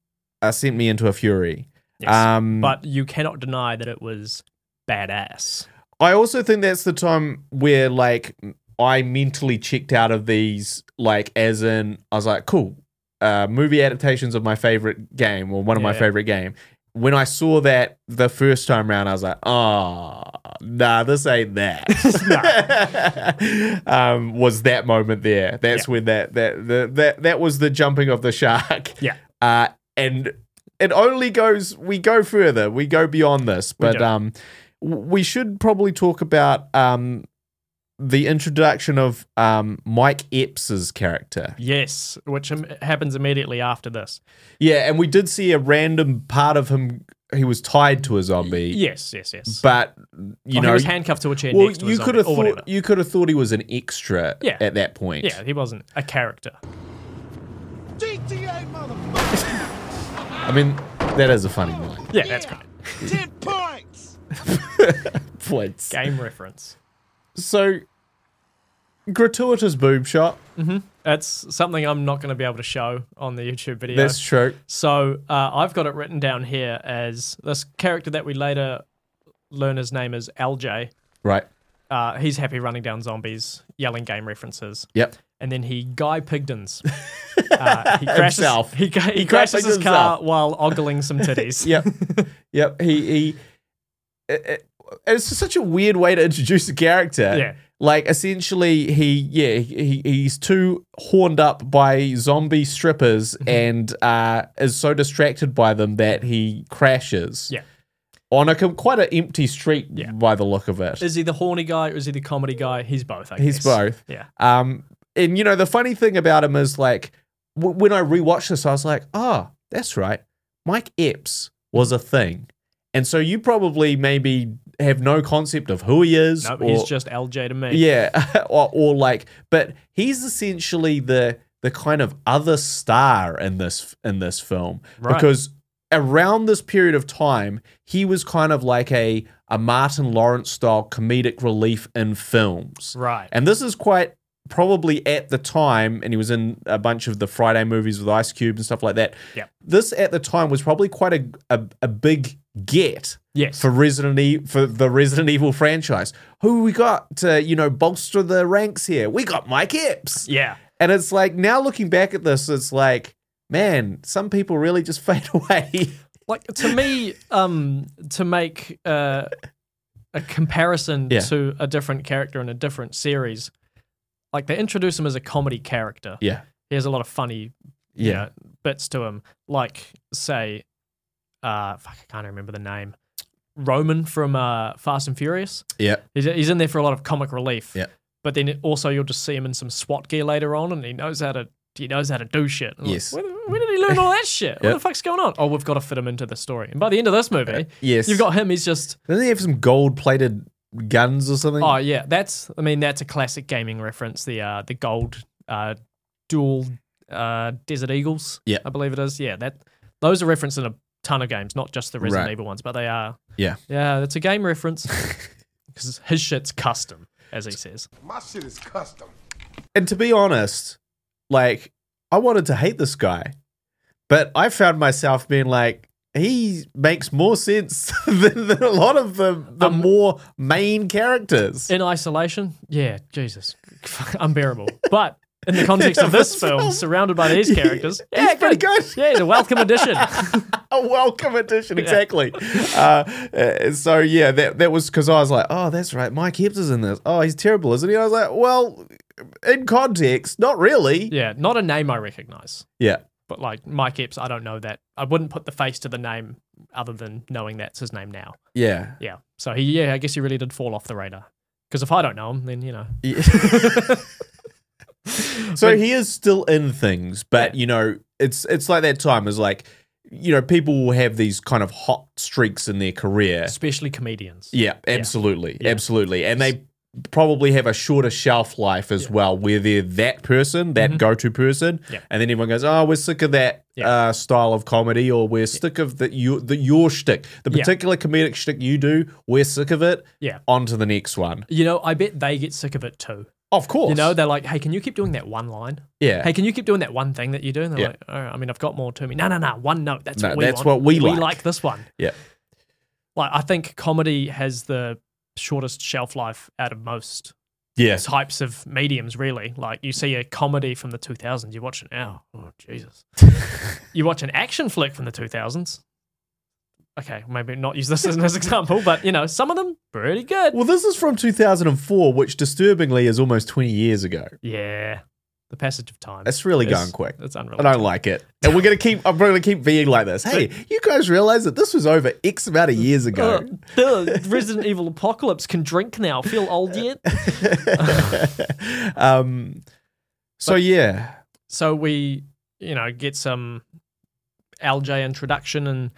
uh, sent me into a fury. Yes. Um, but you cannot deny that it was badass. I also think that's the time where like I mentally checked out of these, like as in I was like, cool, uh, movie adaptations of my favorite game or one of my Yeah. favorite game. When I saw that the first time round, I was like, oh, nah, this ain't that. um, was that moment there? That's when that that the, that that was the jumping of the shark. Yeah. Uh, and it only goes we go further we go beyond this but do. um w- we should probably talk about um the introduction of um mike epps's character Yes, which im- happens immediately after this. yeah and we did see a random part of him he was tied to a zombie Yes, yes, yes. but you Or know Oh, he was handcuffed to a chair well next to a you zombie, could have or thought whatever. you could have thought he was an extra Yeah. at that point Yeah, he wasn't a character. GTA motherfucker! i mean that is a funny line Yeah, that's great. Ten points! points Game reference. so gratuitous boob shot That's something I'm not going to be able to show on the YouTube video. that's true So uh, I've got it written down here as this character that we later learn his name is LJ. right Uh, he's happy running down zombies, yelling game references. yep and then he guy pigdens. Uh, he crashes. Himself. He, ca- he He crashes his guy-pigdens car himself. while ogling some titties. yep, yep. He he. It, it- it's just such a weird way to introduce a character. Yeah. Like essentially, he yeah he he's too horned up by zombie strippers Mm-hmm. and uh, is so distracted by them that he crashes. Yeah. On a com- quite an empty street by the look of it. Is he the horny guy or is he the comedy guy? He's both. I He's guess. both. Yeah. Um, and you know the funny thing about him is like w- when I rewatched this, I was like, oh, that's right, Mike Epps was a thing, and so you probably maybe have no concept of who he is. No, or- he's just LJ to me. yeah, or, or like, but he's essentially the the kind of other star in this in this film Right. because around this period of time he was kind of like a a Martin Lawrence style comedic relief in films. Right. And this is quite probably at the time, and he was in a bunch of the Friday movies with Ice Cube and stuff like that. Yep. This at the time was probably quite a a, a big get Yes. for Resident e- for the Resident Evil franchise. Who we got to you know bolster the ranks here? We got Mike Epps, yeah. and it's like now looking back at this, it's like man, some people really just fade away. Like to me, um, to make uh, a comparison Yeah. to a different character in a different series, like they introduce him as a comedy character. yeah, He has a lot of funny you yeah, know, bits to him. Like, say, uh, fuck, I can't remember the name. Roman from uh, Fast and Furious. yeah, He's, he's in there for a lot of comic relief. Yeah. But then also you'll just see him in some SWAT gear later on, and he knows how to he knows how to do shit. And I'm like, Yes. where, the- where did he learn all that shit? What Yeah. the fuck's going on? Oh, we've got to fit him into the story. And by the end of this movie, yes. you've got him. He's just Doesn't he have some gold plated guns or something? oh yeah, that's I mean that's a classic gaming reference. The uh the gold uh dual uh Desert Eagles. Yeah. I believe it is. Yeah, that those are referenced in a ton of games, not just the Resident Right. Evil ones, but they are. Yeah. Yeah, it's a game reference because his shit's custom, as he says. My shit is custom. And to be honest, like I wanted to hate this guy, but I found myself being like, he makes more sense than, than a lot of the, the Um, more main characters. in isolation, yeah, Jesus, unbearable. But in the context Yeah, of this this film, film. surrounded by these characters, he's yeah, pretty good. Yeah, he's a welcome addition. a welcome addition, exactly. uh, uh, so yeah, that that was because I was like, oh, that's right, Mike Hibbs is in this. Oh, he's terrible, isn't he? I was like, well, in context, not really. yeah, not a name I recognize, yeah. but like Mike Epps, I don't know that. I wouldn't put the face to the name other than knowing that's his name now. yeah. Yeah, so he, yeah, I guess he really did fall off the radar. Because if I don't know him, then you know, Yeah. so he is still in things, but you know, it's it's like that time is like, you know, people will have these kind of hot streaks in their career. especially comedians. Yeah, absolutely, Yeah. absolutely, and they probably have a shorter shelf life as well, where they're that person, that go-to person, Mm-hmm. Yeah. and then everyone goes, "Oh, we're sick of that Yeah. uh, style of comedy, or we're sick of the your the your shtick, the Yeah. particular comedic shtick you do. We're sick of it. Yeah. on to the next one. You know, I bet they get sick of it too. Of course, You know, they're like, hey, can you keep doing that one line? yeah, hey, can you keep doing that one thing that you do? And they're Yeah. like, oh, I mean, I've got more to me. No, no, no, one note. That's No, what we that's want. what we We like. like this one. yeah, Like, I think comedy has the shortest shelf life out of most yes, types of mediums, really. Like, you see a comedy from the 2000s, you watch it now. Oh, Jesus. you watch an action flick from the 2000s. Okay, maybe not use this as an example, but, you know, some of them, pretty good. Well, this is from 2004, which disturbingly is almost 20 years ago. Yeah. The passage of time. That's really It's- going quick. It's I unreal. don't like it, and we're gonna keep. I'm gonna keep being like this. Hey, you guys realize that this was over X amount of years ago. Uh, the Resident Evil Apocalypse can drink now. Feel old yet? Uh. um, so yeah, So we, you know, get some LJ introduction and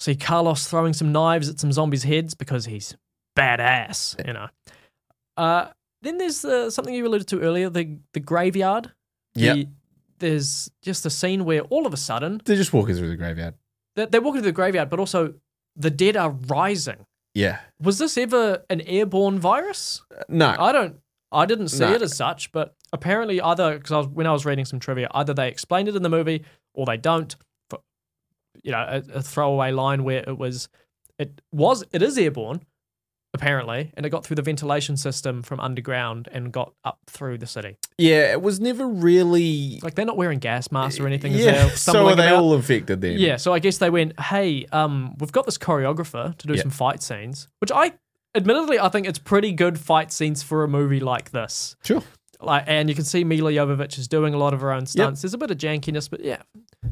see Carlos throwing some knives at some zombies' heads because he's badass, you know. Uh, then there's uh, something you alluded to earlier the, the graveyard. yeah, The- There's just a scene where all of a sudden they're just walking through the graveyard. they're, they're walking through the graveyard, but also the dead are rising. Yeah, Was this ever an airborne virus? no, I don't. I didn't see No. it as such, but apparently either because I was when I was reading some trivia, either they explained it in the movie or they don't. For, you know, a, a throwaway line where it was, it was, it is airborne, apparently, and it got through the ventilation system from underground and got up through the city. yeah, it was never really. Like they're not wearing gas masks or anything. as yeah, they're so are stumbling they about. all infected then? Yeah, so I guess they went, hey, um, we've got this choreographer to do Yeah. some fight scenes, which I, admittedly, I think it's pretty good fight scenes for a movie like this. sure. Like, and you can see Mila Jovovich is doing a lot of her own stunts. There's a bit of jankiness, but yeah,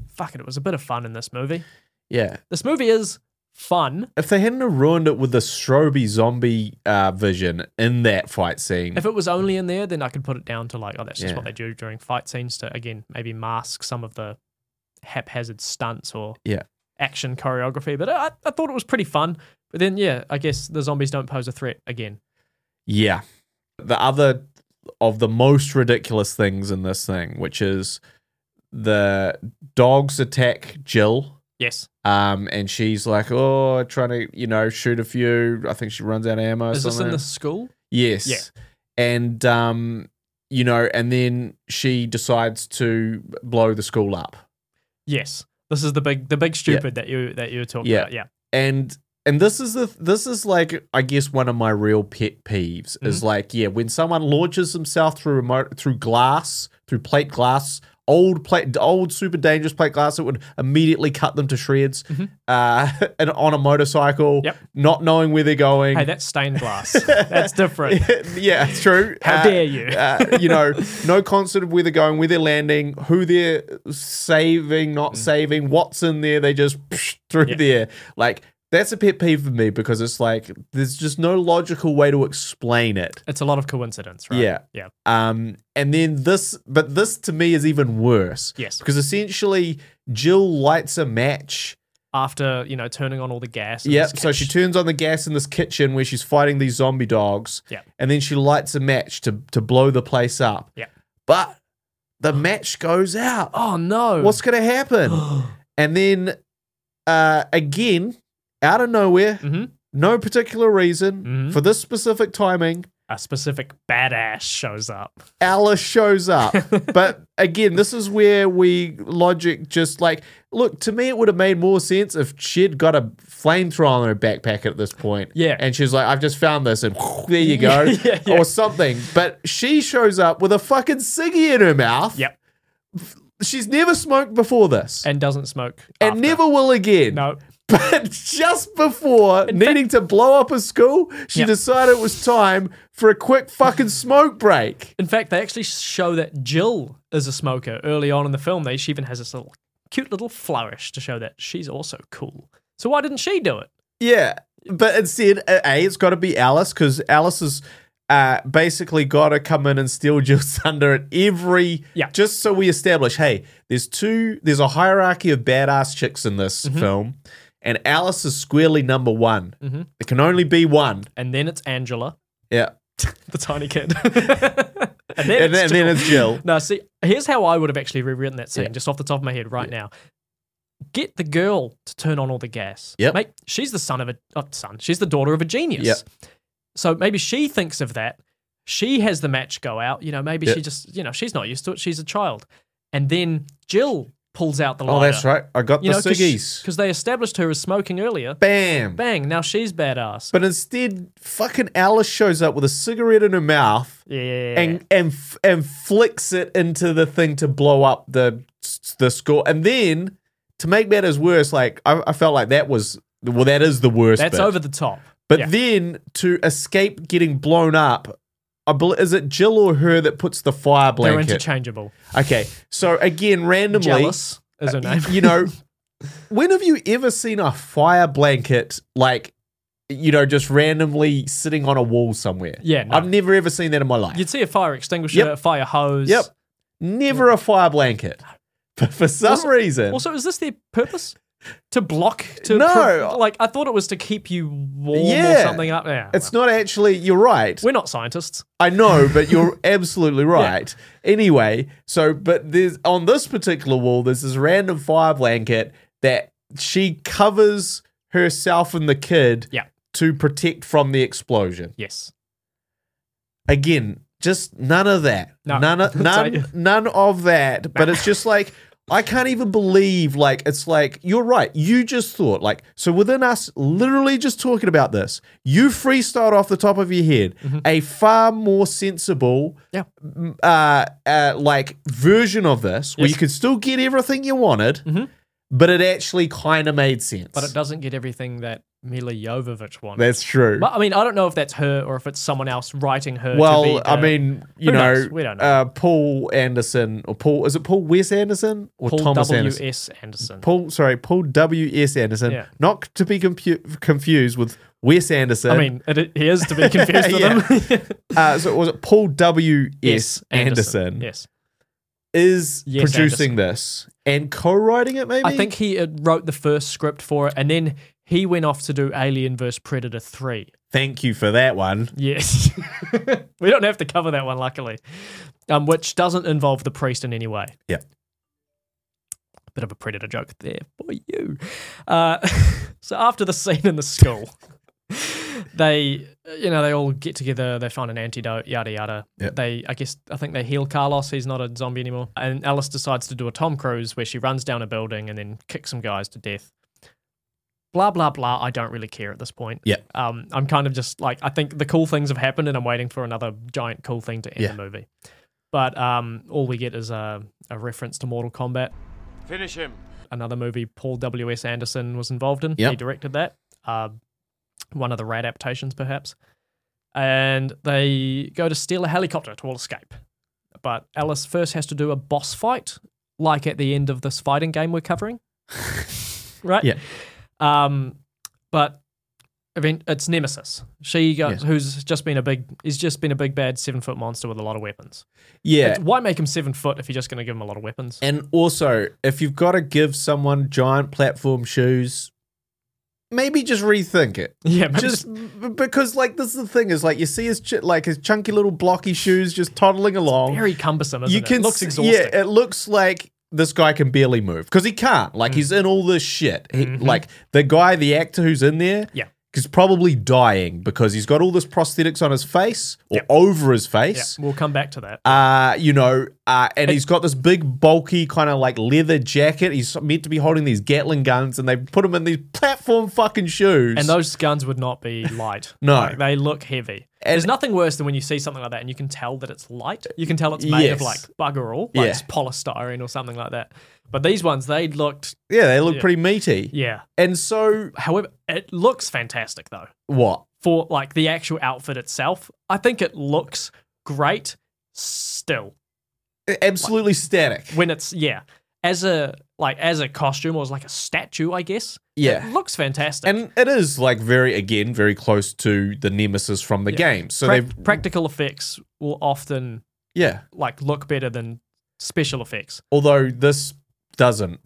fuck it, it was a bit of fun in this movie. Yeah, This movie is fun. if they hadn't have ruined it with the strobe zombie uh, vision in that fight scene, If it was only in there, then I could put it down to like, oh, that's just what Yeah. they do during fight scenes to again maybe mask some of the haphazard stunts or Yeah. action choreography. But I, I thought it was pretty fun. But then yeah, I guess the zombies don't pose a threat again. Yeah. The other of the most ridiculous things in this thing, which is the dogs attack Jill. Yes. Um, and she's like, oh, trying to, you know, shoot a few. I think she runs out of ammo. or Is this in something. the school? Yes. Yeah. And um, you know, and then she decides to blow the school up. Yes. This is the big the big stupid that you that you were talking Yeah. about. Yeah. And and this is the this is like I guess one of my real pet peeves is Mm-hmm. like, yeah, when someone launches himself through remote through glass, through plate glass, old plate old super dangerous plate glass, it would immediately cut them to shreds. Uh and on a motorcycle, Mm-hmm. Yep. not knowing where they're going. Hey, that's stained glass. that's different. yeah, it's true. How dare you. uh, you know, no concept of where they're going, where they're landing, who they're saving, not saving, what's in there. They just psh, through Mm. Yeah. there. Like that's a pet peeve for me because it's like there's just no logical way to explain it. It's a lot of coincidence, right? Yeah. Yeah. Um, and then this, but this to me is even worse. Yes. because essentially Jill lights a match. After, you know, turning on all the gas. and Yep. this So catch- she turns on the gas in this kitchen where she's fighting these zombie dogs. Yep. And then she lights a match to to blow the place up. Yep. But the match goes out. Oh no. What's gonna happen? and then uh again, out of nowhere, Mhm. no particular reason Mhm. for this specific timing, a specific badass shows up. Alice shows up. but again, this is where we logic just like look, to me it would have made more sense if she'd got a flamethrower in her backpack at this point. Yeah. And she's like, I've just found this and there you go. Yeah, yeah. Or something. But she shows up with a fucking ciggy in her mouth. Yep. She's never smoked before this. And, And doesn't smoke. after. never will again. No. But just before needing to blow up a school, she Yep. decided it was time for a quick fucking smoke break. In fact, they actually show that Jill is a smoker early on in the film. They she even has this little cute little flourish to show that she's also cool. So why didn't she do it? Yeah, but instead, uh, a it's got to be Alice because Alice has uh, basically got to come in and steal Jill's thunder at every. Yeah. Just so we establish, hey, there's two. There's a hierarchy of badass chicks in this Mm-hmm. film, and Alice is squarely number one. Mm-hmm. There can only be one. And then it's Angela, Yeah, the tiny kid. and then, and then, it's then Jill. it's Jill. No, see, here's how I would have actually rewritten that scene, just off the top of my head right now. Get the girl to turn on all the gas. Yep. Mate, she's the son of a not son. She's the daughter of a genius. Yep. So maybe she thinks of that. She has the match go out. You know, maybe she Yep. just you know she's not used to it. She's a child, and then Jill pulls out the lighter. oh, that's right. I got You the know, ciggies. because they established her as smoking earlier. Bam. Bang! Now she's badass. But instead, fucking Alice shows up with a cigarette in her mouth. yeah. and and f- and flicks it into the thing to blow up the the score. And then to make matters worse, like I, I felt like that was well, that is the worst. that's bit. over the top. But yeah. then to escape getting blown up. I bel is it Jill or her that puts the fire They're blanket? interchangeable. Okay, so again, randomly, Jealous is her y- name. you know, when have you ever seen a fire blanket like, you know, just randomly sitting on a wall somewhere? Yeah, no. I've never ever seen that in my life. You'd see a fire extinguisher, Yep. a fire hose. Yep. Never a fire blanket. But for some Also- reason, Also, is this their purpose? To block? To No. prov- like I thought it was to keep you warm or Yeah. something. Up there. it's not actually, you're right. We're not scientists. I know, but you're absolutely right. Anyway, so, but there's on this particular wall, there's this random fire blanket that she covers herself and the kid Yeah. to protect from the explosion. Yes. Again, just none of that. No. None, of, Sorry. none, none of that. But it's just like, I can't even believe, like, it's like, you're right. You just thought, like, so within us, literally just talking about this, you freestyled off the top of your head Mm-hmm. a far more sensible, Yeah. m- uh, uh, like, version of this where Yes. Mm-hmm. you could still get everything you wanted, but it actually kind of made sense. But it doesn't get everything that Mila Jovovich wanted. That's true. But, I mean, I don't know if that's her or if it's someone else writing her. to be Well, I the- mean, you Who know, knows? We don't know. Uh, Paul Anderson or Paul is it Paul Wes Anderson or Paul Thomas W. Anderson? S. Anderson. Paul, sorry, Paul W. S. Anderson, Yeah. not to be compu- confused with Wes Anderson. I mean, it, it- he is to be confused with Yeah. him. uh, so was it Paul W. S. Anderson, Yes. is Yes, producing this and co-writing it? Maybe I think he uh, wrote the first script for it, and then he went off to do Alien vs Predator three. Thank you for that one. Yes. we don't have to cover that one, luckily, um, which doesn't involve the priest in any way. Yeah. Bit of a predator joke there for you. Uh, so after the scene in the school, they, you know, they all get together. They find an antidote, yada yada. Yeah. They, I guess, I think they heal Carlos. He's not a zombie anymore. And Alice decides to do a Tom Cruise, where she runs down a building and then kicks some guys to death. Blah blah blah. I don't really care at this point. Yeah. Um, I'm kind of just like I think the cool things have happened, and I'm waiting for another giant cool thing to end Yeah. the movie. But um, all we get is a, a reference to Mortal Kombat, Finish him. another movie Paul W S Anderson was involved in. Yep. He directed that. Uh, one of the Rad adaptations, perhaps. And they go to steal a helicopter to all escape. But Alice first has to do a boss fight, like at the end of this fighting game we're covering, right? Yeah. Um, but event it's Nemesis. She goes, Yes. who's just been a big, is just been a big bad seven foot monster with a lot of weapons. Yeah. It's- Why make him seven foot if you're just going to give him a lot of weapons? And also, if you've got to give someone giant platform shoes, maybe just rethink it. yeah, maybe Just b- because, like, this is the thing is like you see his ch- like his chunky little blocky shoes just toddling along. very cumbersome. Isn't you it? can it looks see- exhausting. Yeah, it looks like this guy can barely move because he can't. Like he's Mm. in all this shit. He, Like the guy, the actor who's in there, Mm-hmm. Yeah. is probably dying because he's got all this prosthetics on his face or over his Yeah, face. we'll come back to that. Uh, you know, uh, and he's got this big, bulky kind of like leather jacket. He's meant to be holding these Gatling guns, and they put him in these platform fucking shoes. And those guns would not be light. No. Like, they look heavy. There's nothing worse than when you see something like that and you can tell that it's light. You can tell it's made of Yes. like bugger all, like Yeah. it's polystyrene or something like that. But these ones, they looked, yeah, they look pretty meaty. yeah. And so, However, it looks fantastic though. what? for like the actual outfit itself, I think it looks great still. Absolutely static. When it's yeah, as a like as a costume or as like a statue, I guess. Yeah. It looks fantastic. And it is like very, again, very close to the nemesis from the game. So Prac- they've, practical effects will often yeah. like look better than special effects. Although this doesn't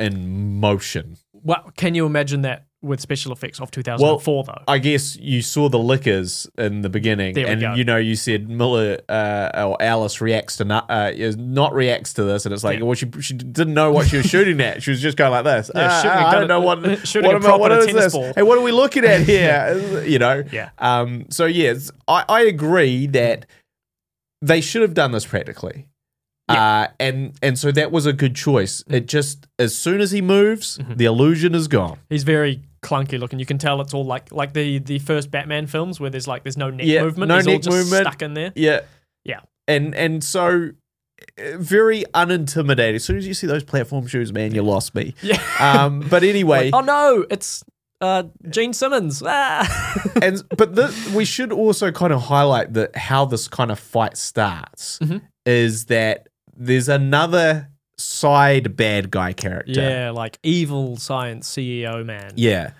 in motion. Well, can you imagine that with special effects of 2004 though? I guess you saw the liquors in the beginning, There we and go. you know you said Miller uh, or Alice reacts to not, uh, is not reacts to this, and it's like Yeah. well she she didn't know what she was shooting at. She was just going like this. Yeah, "Ah, shooting a ah, I gun don't know at- what shooting what a am I- prop what at a is tennis this? ball. Hey, what are we looking at here? you know. Yeah. Um. So yeah, it's- I I agree that they should have done this practically. Uh, and and so that was a good choice. It just as soon as he moves, Mm-hmm. the illusion is gone. He's very clunky looking. You can tell it's all like like the the first Batman films where there's like there's no neck Yeah, movement. no He's all neck just movement. stuck in there. Yeah. Yeah. And and so uh, very unintimidating. As soon as you see those platform shoes, man, you lost me. Yeah. Um, but anyway, Oh no, it's uh, Gene Simmons. Ah. and but this, we should also kind of highlight that how this kind of fight starts Mm-hmm. is that there's another side bad guy character. yeah, like evil science CEO man. Yeah.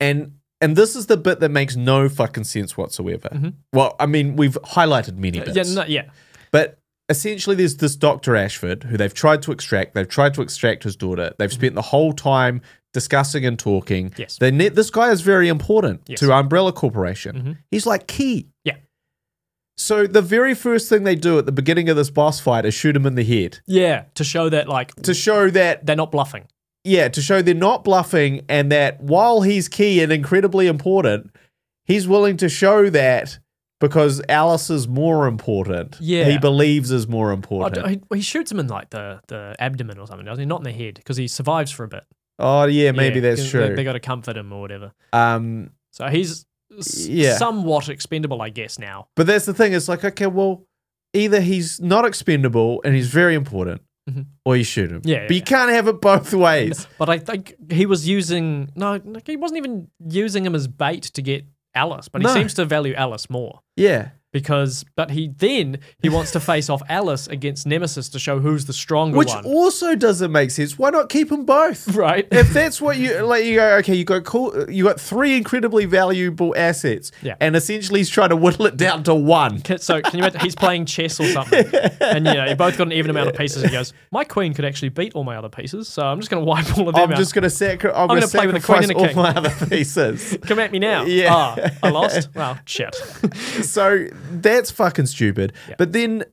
And and this is the bit that makes no fucking sense whatsoever. Well, I mean, we've highlighted many Uh, bits. Mm-hmm. yeah, no, yeah. But essentially, there's this Dr. Ashford who they've tried to extract. They've tried to extract his daughter. They've spent the whole time discussing and talking. Mm-hmm. Yes. They ne- this guy is very important Yes. Mm-hmm. to Umbrella Corporation. He's like key. Yeah. So the very first thing they do at the beginning of this boss fight is shoot him in the head yeah, to show that like to show that they're not bluffing. yeah to show they're not bluffing and that while he's key and incredibly important, he's willing to show that because Alice is more important. Yeah. he believes is more Oh, important. d- he, he shoots him in like the, the abdomen or something, doesn't he? Not in the head because he survives for a bit. Oh yeah, maybe Yeah, that's 'cause They, true. they got to comfort him or whatever. um, So he's s- Yeah. somewhat expendable, I guess. Now, but that's the thing. It's like okay, well, either he's not expendable and he's very important, Mhm. or you shoot him. Yeah, yeah, but you yeah. can't have it both ways. but I think he was using no, no, he wasn't even using him as bait to get Alice, but he No. seems to value Alice more. Yeah, because but he then he wants to face off Alice against Nemesis to show who's the stronger Which one. also doesn't make sense. Why not keep them both? Right. If that's what you like, you go okay. You got cool. You got three incredibly valuable assets, Yeah. and essentially he's trying to whittle it down to one. Can- So can you imagine he's playing chess or something? And you know, you both got an even amount of pieces. And he goes, My queen could actually beat all my other pieces, so I'm just gonna wipe all of them I'm out. just gonna sacri- I'm, gonna gonna play with a queen sacrifice and a all king. my other pieces. Come at me now. Yeah. Ah, I lost. Wow, shit. so that's fucking stupid. But then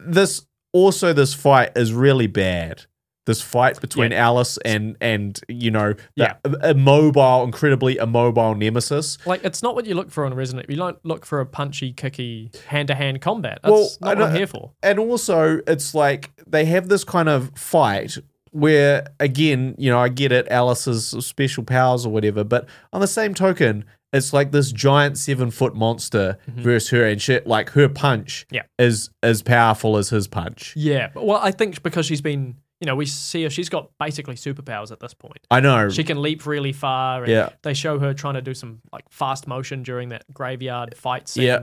this also this fight is really bad. This fight between Alice and and you know the immobile, incredibly immobile nemesis. like it's not what you look for in Resident. You don't look for a punchy, kicky, hand to hand combat. That's Well, not I what I'm don't- here for. And also, it's like they have this kind of fight where, again, you know, I get it, Alice's special powers or whatever, but on the same token, it's like this giant seven foot monster versus her, and shit, like her punch Mm-hmm. Yeah. is as powerful as his punch. Yeah. but- Well, I think because she's been you know, we see her she's got basically superpowers at this point. I know. She can leap really far. And Yeah. They show her trying to do some like fast motion during that graveyard fight scene. Yeah.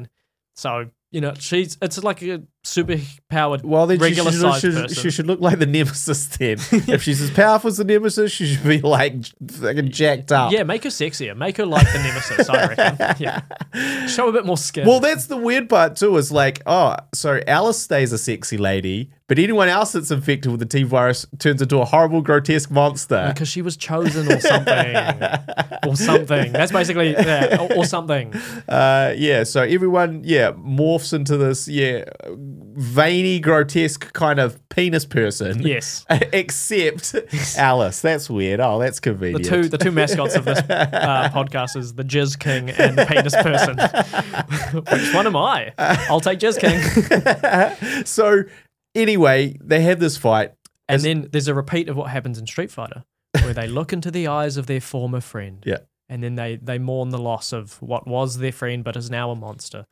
So you know she's it's like a super powered well, then she regular should, sized should- person. she should look like the Nemesis then. if she's as powerful as the Nemesis, she should be like j- fucking jacked up. yeah, make her sexier. Make her like the nemesis. I reckon. Yeah. Show a bit more skin. Well, that's the weird part too. Is like, oh, so Alice stays a sexy lady, but anyone else that's infected with the T virus turns into a horrible, grotesque monster. because she was chosen or something, or something. That's basically yeah, or, or something. Uh, yeah. So everyone, yeah, morphs into this, yeah, veiny, grotesque kind of penis person. Yes. Except Alice. That's weird. Oh, that's The convenient. two the two mascots of this uh, podcast is the Jizz King and the Penis Person. Which one am I? I'll take Jizz King. so anyway, they have this fight. And then there's a repeat of what happens in Street Fighter, where they look into the eyes of their former friend. Yeah. And then they they mourn the loss of what was their friend but is now a monster.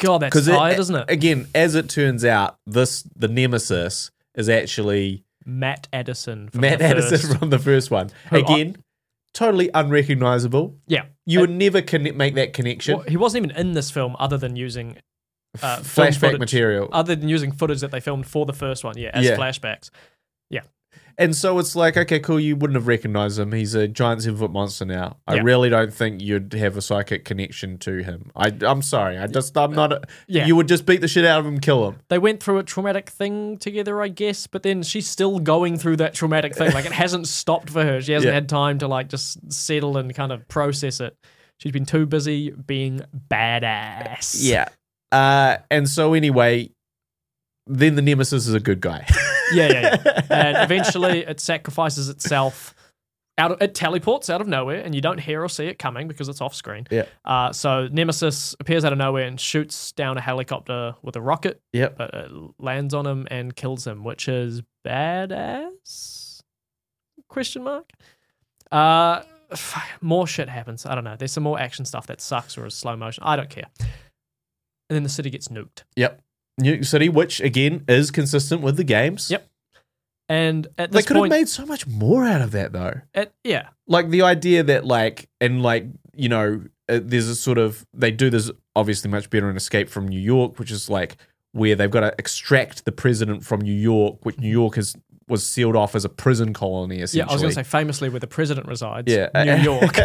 God, that's Because tired, isn't it? Again, as it turns out, this the nemesis is actually Matt Addison. From Matt the Addison first- from the first one. Who I- Again, totally unrecognizable. Yeah. You would never conne- make that connection. Well, he wasn't even in this film other than using uh, film Flashback footage- material. Other than using footage that they filmed for the first one, yeah, as Yeah. flashbacks. and so it's like, okay, cool, you wouldn't have recognized him. He's a giant seven foot monster now. I Yeah. really don't think you'd have a psychic connection to him. I, I'm sorry. I just, I'm not. A, Yeah. You would just beat the shit out of him, kill him. They went through a traumatic thing together, I guess, but then she's still going through that traumatic thing. Like it hasn't stopped for her. She hasn't Yeah. had time to like just settle and kind of process it. She's been too busy being badass. Uh, and so anyway, then the nemesis is a good guy. Yeah, yeah, yeah. and eventually it sacrifices itself. Out of, it teleports out of nowhere, and you don't hear or see it coming because it's off screen. Yeah. Uh, so Nemesis appears out of nowhere and shoots down a helicopter with a rocket, yep. but it lands on him and kills him, which is badass? Question mark. Uh, fuck, more shit happens. I don't know. There's some more action stuff that sucks or is slow motion. I don't care. And then the city gets nuked. Yep. New City, which again is consistent with the games. Yep. And at They this could have point, made so much more out of that though. it, yeah, like the idea that like and like you know uh, there's a sort of they do this obviously much better in escape from new york which is like where they've got to extract the president from new york which new york is was sealed off as a prison colony Yeah, essentially I was going to say famously where the president resides. yeah New York.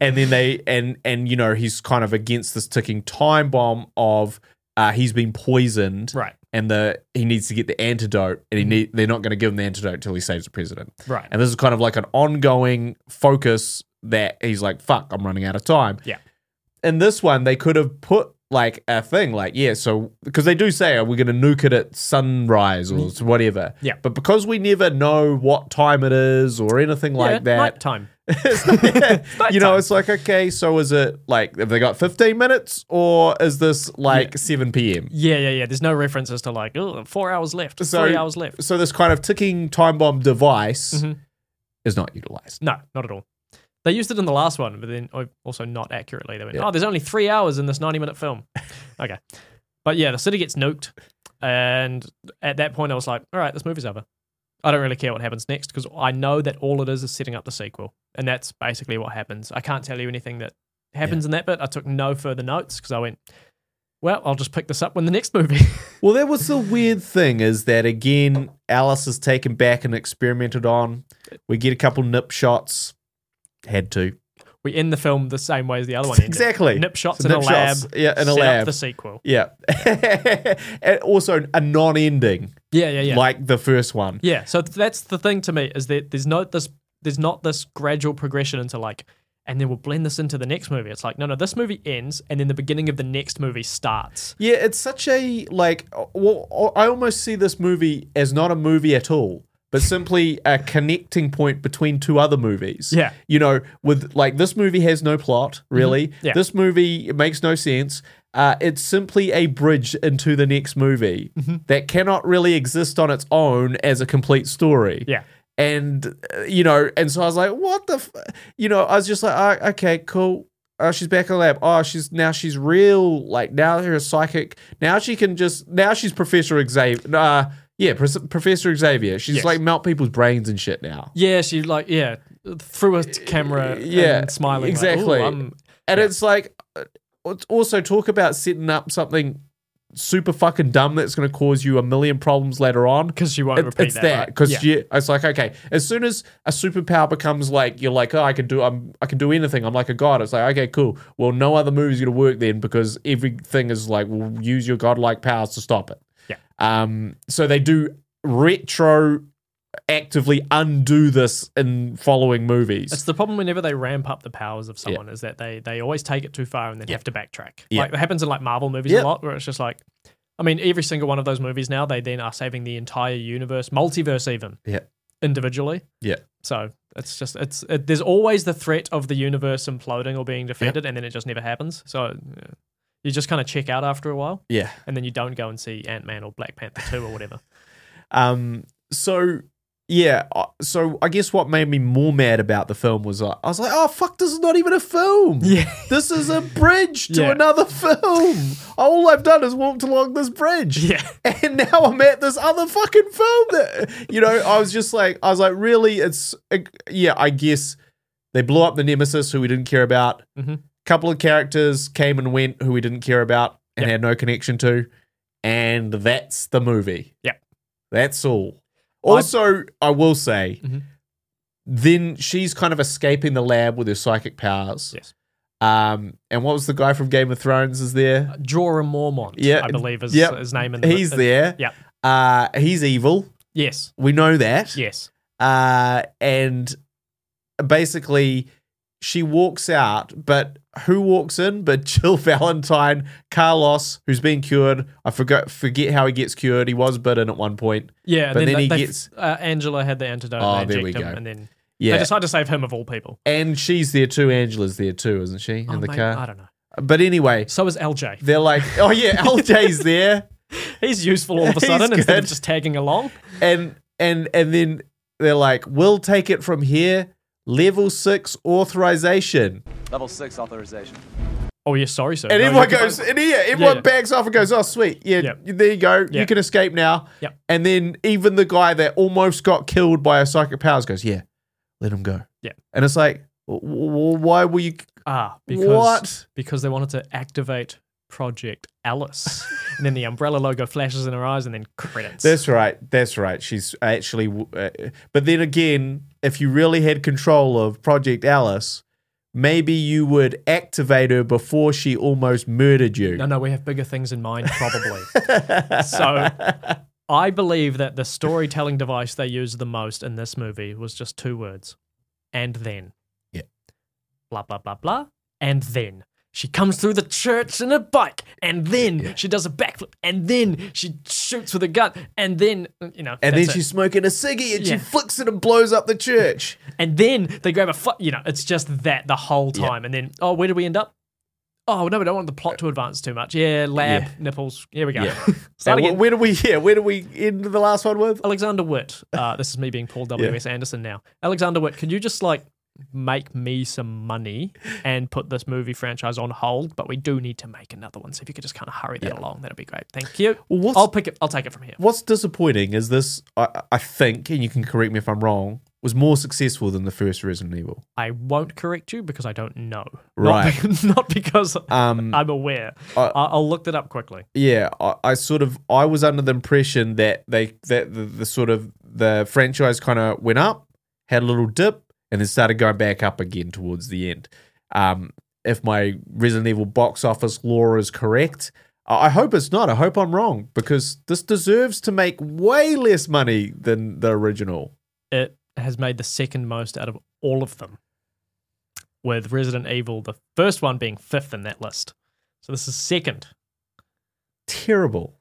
and then they and and you know he's kind of against this ticking time bomb of uh, he's been poisoned right, and the he needs to get the antidote, and he need, they're not going to give him the antidote till he saves the president. Mm-hmm. Right. And this is kind of like an ongoing focus that he's like, "Fuck, I'm running out of time." Yeah. In this one, they could have put like a thing like, "Yeah, so because they do say, oh, we're going to nuke it at sunrise or whatever." Yeah. But because we never know what time it is or anything yeah, like that, Nighttime. you know, it's like, okay, so is it like have they got 15 minutes or is this like 7 p.m.? Yeah, yeah, yeah. There's no references to like oh, four hours left, So- three hours left. so this kind of ticking time bomb device is not utilized. No, not at all. They used it in the last one, but then oh, also not accurately. They went, "Oh, there's only three hours in this 90-minute film." okay, but yeah, the city gets nuked, and at that point, I was like, "All right, this movie's over." I don't really care what happens next because I know that all it is is setting up the sequel, and that's basically what happens. I can't tell you anything that happens in that bit. I took no further notes because I went, well, I'll just pick this up when the next movie. Well, that was the weird thing is that again, Alice is taken back and experimented on. We get a couple nip shots. Had to. we end the film the same way as the other one. ended. Exactly. Nip shots So in nip a lab. shots, yeah, in set a up lab. the sequel. Yeah. and also a non ending, Yeah, yeah, yeah. like the first one. Yeah, so th- that's the thing to me is that there's no this there's not this gradual progression into like, and then we'll blend this into the next movie. It's like no, no, this movie ends, and then the beginning of the next movie starts. Yeah, it's such a like. Well, I almost see this movie as not a movie at all, but simply a connecting point between two other movies. Yeah. Mm-hmm. you know, with like this movie has no plot really. Yeah. This movie it makes no sense. Uh, it's simply a bridge into the next movie Mm-hmm. that cannot really exist on its own as a complete story Yeah, and uh, you know, and so I was like, what the, f-? you know, I was just like, oh, okay, cool. Oh, she's back in the lab. Oh, she's now she's real. Like now her psychic. Now she can just now she's Professor Xavier. Uh, yeah, Pres- Professor Xavier. She's Yes. like melt people's brains and shit now. yeah, she like yeah through a camera, Yeah, Uh, and smiling like, "Ooh, exactly. I'm-" And it's like, uh, it's also talk about setting up something super fucking dumb that's going to cause you a million problems later on. 'Cause she won't repeat it's that, that right? because Yeah. it's like okay, as soon as a superpower becomes like you're like oh I can do I'm I can do anything I'm like a god. It's like okay cool. Well, no other movie's going to work then because everything is like well, use your godlike powers to stop it. Yeah. Um. So they do retro actively undo this in following movies. It's the problem whenever they ramp up the powers of someone is that they they always take it too far and then have to backtrack. Yeah. Like it happens in like Marvel movies a Yeah. lot where it's just like I mean every single one of those movies now they then are saving the entire universe, multiverse even. Yeah. Individually. yeah. So it's just it's it, there's always the threat of the universe imploding or being defeated and then it just never happens. So yeah. you just kind of check out after a while Yeah. and then you don't go and see Ant-Man or Black Panther 2 or whatever. Um, so yeah, uh, so I guess what made me more mad about the film was uh, I was like, oh fuck, this is not even a film. Yeah. this is a bridge to Yeah. another film. All I've done is walked along this bridge. Yeah. and now I'm at this other fucking film that you know. I was just like, I was like, really, it's yeah. I guess they blew up the nemesis who we didn't care about. Mhm. Couple of characters came and went who we didn't care about and Yep. had no connection to, and that's the movie. That's all. Also, I will say, Mhm. then she's kind of escaping the lab with her psychic powers. Yes. Um, and what was the guy from Game of Thrones is there? Jorah Mormont, Yeah, I believe is yep. his name in Uh, the He's in- there. yeah. Uh, he's evil. Yes. We know that. Yes. Uh, and basically, she walks out, but who walks in? But Jill Valentine, Carlos, who's been cured. I forgot forget how he gets cured. He was bitten at one point. Yeah, and But then, then they- he they- gets- uh, Angela had the antidote. Oh, and they there we inject him, go. and then Yeah. they decide to save him of all people And she's there too. Angela's there too, isn't she? In Oh, the mate, car. I don't know. But anyway, So is LJ. they're like, oh yeah, LJ's there, He's useful all of a He's sudden instead of good. just tagging along. and and and then they're like, we'll take it from here. Level six authorization, Level 6 authorization. Oh, yeah, sorry, sir. and No, everyone you're goes, fine. and yeah, everyone yeah. backs off and goes, oh sweet, yeah, Yep. there you go, you Yep. can escape now. Yep. And then even the guy that almost got killed by a psychic powers goes, yeah, let him go. Yeah. and it's like, w- w- why were you? ah, because What? because they wanted to activate Project Alice, and then the umbrella logo flashes in her eyes, and then credits. That's right. That's right. She's actually. Uh, but then again, if you really had control of Project Alice, maybe you would activate her before she almost murdered you. no, no, we have bigger things in mind, probably. so, I believe that the storytelling device they used the most in this movie was just two words, and then. Yeah. Blah blah blah blah, and then. She comes through the church in a bike, and then she does a backflip, and then she shoots with a gun, and then you know, that's And then it. she's smoking a ciggy and she Yeah. flicks it and blows up the church. and then they grab a fu- you know it's just that the whole time and then oh where did we end up oh no we don't want the plot to advance too much yeah lab Yeah. nipples here we go Yeah. Start And wh- again. where do we? Yeah, where do we end the last one with? alexander witt uh, this is me being paul Yeah. w.s anderson now alexander witt can you just like make me some money and put this movie franchise on hold but we do need to make another one so if you could just kind of hurry that along that'd be great thank you Well, what's- i'll pick it i'll take it from here What's disappointing is this. I, I think, and you can correct me if I'm wrong. was more successful than the first Resident Evil. I won't correct you because I don't know. Right. Not, be- not because Um, I'm aware. I- I- I'll look that up quickly. yeah, I, I sort of I was under the impression that they that the, the sort of the franchise kind of went up, had a little dip, and then started going back up again towards the end. Um, if my Resident Evil box office lore is correct, I I hope it's not. I hope I'm wrong because this deserves to make way less money than the original. It has made the second most out of all of them, with Resident Evil, the first one being fifth in that list. So this is second. terrible.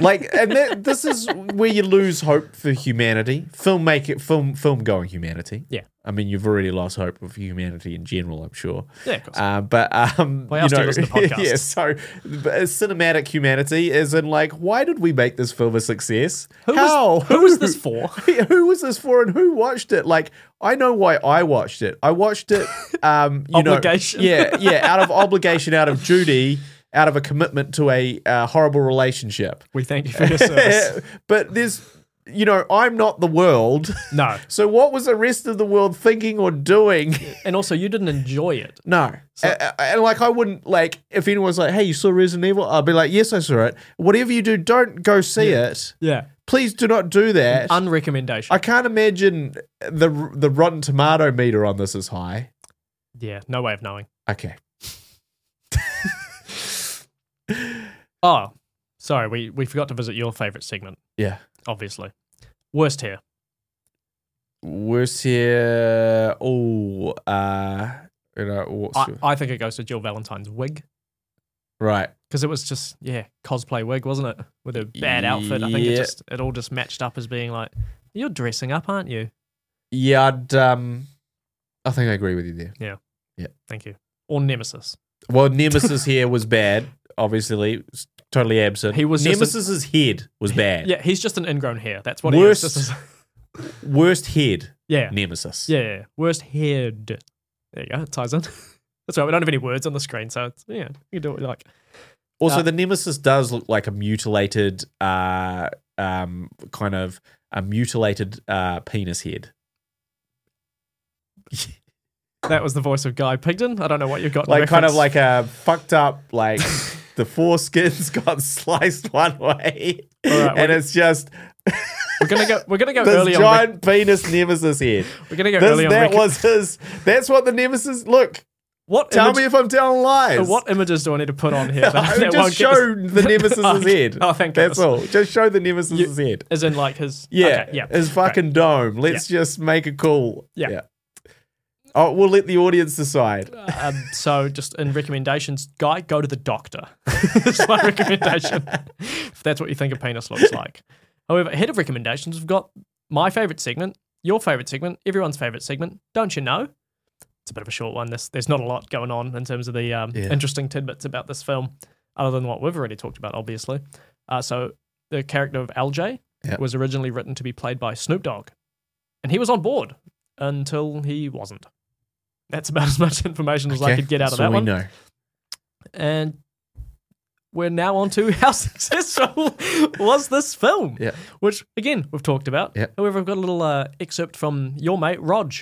like, and that, this is where you lose hope for humanity, filmmaker, film, film going humanity. Yeah. I mean, you've already lost hope of humanity in general, I'm sure. Yeah, of course. Uh, but um, Why else do you listen to podcasts? yeah. So, but, uh, cinematic humanity is in like, why did we make this film a success? Who was- How? who was this for? who was this for? And who watched it? Like, I know why I watched it. I watched it. Um, you know- Obligation. yeah, yeah. Out of obligation, out of duty, out of a commitment to a uh, horrible relationship. We thank you for your service. but there's, you know, I'm not the world. no. So what was the rest of the world thinking or doing? And also, you didn't enjoy it. No. A- a- and like I wouldn't like if anyone's like, "Hey, you saw Resident Evil?" I'd be like, "Yes, I saw it." Whatever you do, don't go see it. Yeah. Please do not do that. Unrecommendation. I can't imagine the the Rotten Tomato meter on this is high. yeah, no way of knowing. Okay. Oh, sorry, we, we forgot to visit your favorite segment, Yeah. obviously. Worst hair. Worse here. Oh, uh, you know, what's I, your- I think it goes to Jill Valentine's wig right. because it was just, yeah, cosplay wig, wasn't it? With a bad outfit. I think it Yeah. just, it all just matched up as being like, you're dressing up, aren't you? Yeah, I'd, um, I think I agree with you there. Thank you. Or Nemesis. Well, Nemesis here was bad. Obviously, It's totally absent. He was just an- Nemesis's head was bad. Yeah, he's just an ingrown hair. That's what Worst- he is. This is- Worst head, yeah. Nemesis. Yeah, yeah, yeah. Worst haired. There you go. It ties in. That's right. We don't have any words on the screen, so it's, yeah, you can do what you like. Also, Uh, the Nemesis does look like a mutilated, uh, um, kind of a mutilated uh, penis head. That was the voice of Guy Pigden. I don't know what you've got. in like kind of reference. like a fucked up like the foreskin's got sliced one way right, and we- it's just we're gonna go. We're gonna go early this on. rec- giant penis nemesis head we're gonna go This- early on. that rec- was his that's what the nemesis look what? tell image- me if i'm telling lies What images do I need to put on here? That, I that won't just get us- show the nemesis's head Oh, thank that's goodness. all just show the nemesis's head As in, like his. yeah, okay, yeah. his fucking dome let's just make it cool Yeah. Oh, we'll let the audience decide. Great. Um, so, just in recommendations, Guy, go to the doctor. That's my recommendation. if that's what you think a penis looks like. However, ahead of recommendations, we've got my favorite segment, your favorite segment, everyone's favorite segment. Don't you know? It's a bit of a short one. This there's not a lot going on in terms of the um, Yeah. interesting tidbits about this film, other than what we've already talked about, obviously. Uh, so the character of LJ Yeah. was originally written to be played by Snoop Dogg, and he was on board until he wasn't. That's about as much information as I could get out of So that we one. know. And we're now on to how successful was this film? Yeah. Which, again, we've talked about. Yeah. However, I've got a little uh, excerpt from your mate, Rog,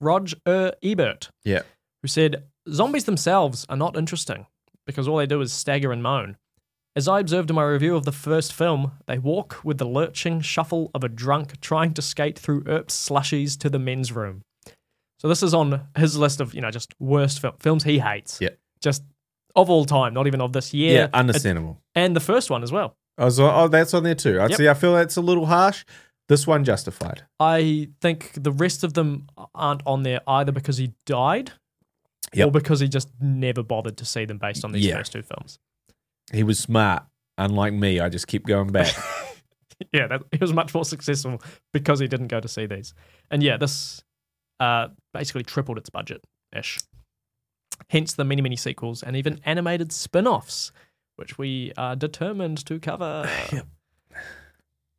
Rog Er Ebert, Yeah. who said Zombies themselves are not interesting because all they do is stagger and moan. As I observed in my review of the first film, they walk with the lurching shuffle of a drunk trying to skate through Earp's slushies to the men's room. So this is on his list of, you know, just worst fil- films he hates. Yeah. Just of all time, not even of this year. Yeah, understandable. And the first one as well. Oh, so, oh, that's on there too. I Yep. see. I feel that's a little harsh. This one justified. I think the rest of them aren't on there either because he died Yep. or because he just never bothered to see them based on these Yeah. first two films. He was smart. Unlike me, I just keep going back. yeah, that, he was much more successful because he didn't go to see these. And yeah, this uh, basically tripled its budget ish. Hence the many, many sequels and even animated spin offs, which we are determined to cover.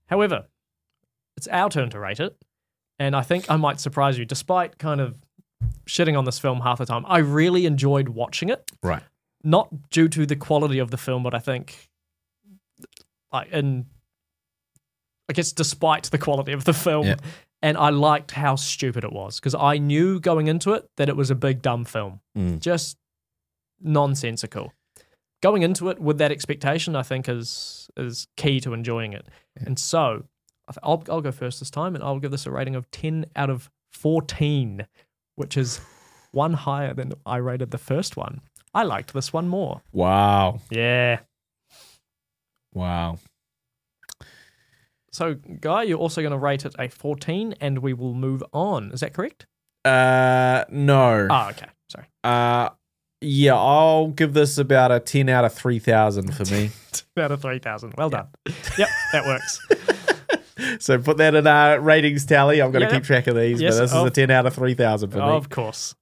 However, it's our turn to rate it. And I think I might surprise you, despite kind of shitting on this film half the time, I really enjoyed watching it right. not due to the quality of the film, but I think, like, in, I guess, despite the quality of the film, Yeah. and I liked how stupid it was because I knew going into it that it was a big dumb film, just nonsensical. Going into it with that expectation, I think is is key to enjoying it. And so, I th- I'll I'll go first this time, and I'll give this a rating of ten out of fourteen, which is one higher than I rated the first one. I liked this one more. Wow. Yeah. Wow. So, Guy, you're also going to rate it a 14, and we will move on. Is that correct? Uh, no. Oh, okay. Sorry. Uh, yeah, I'll give this about a 10 out of 3,000 for me. Out of 3,000. Well done. Yep, that works. so put that in our ratings tally. I'm going to Yeah. keep track of these, Yes, but this of- is a 10 out of 3,000 for me. of course.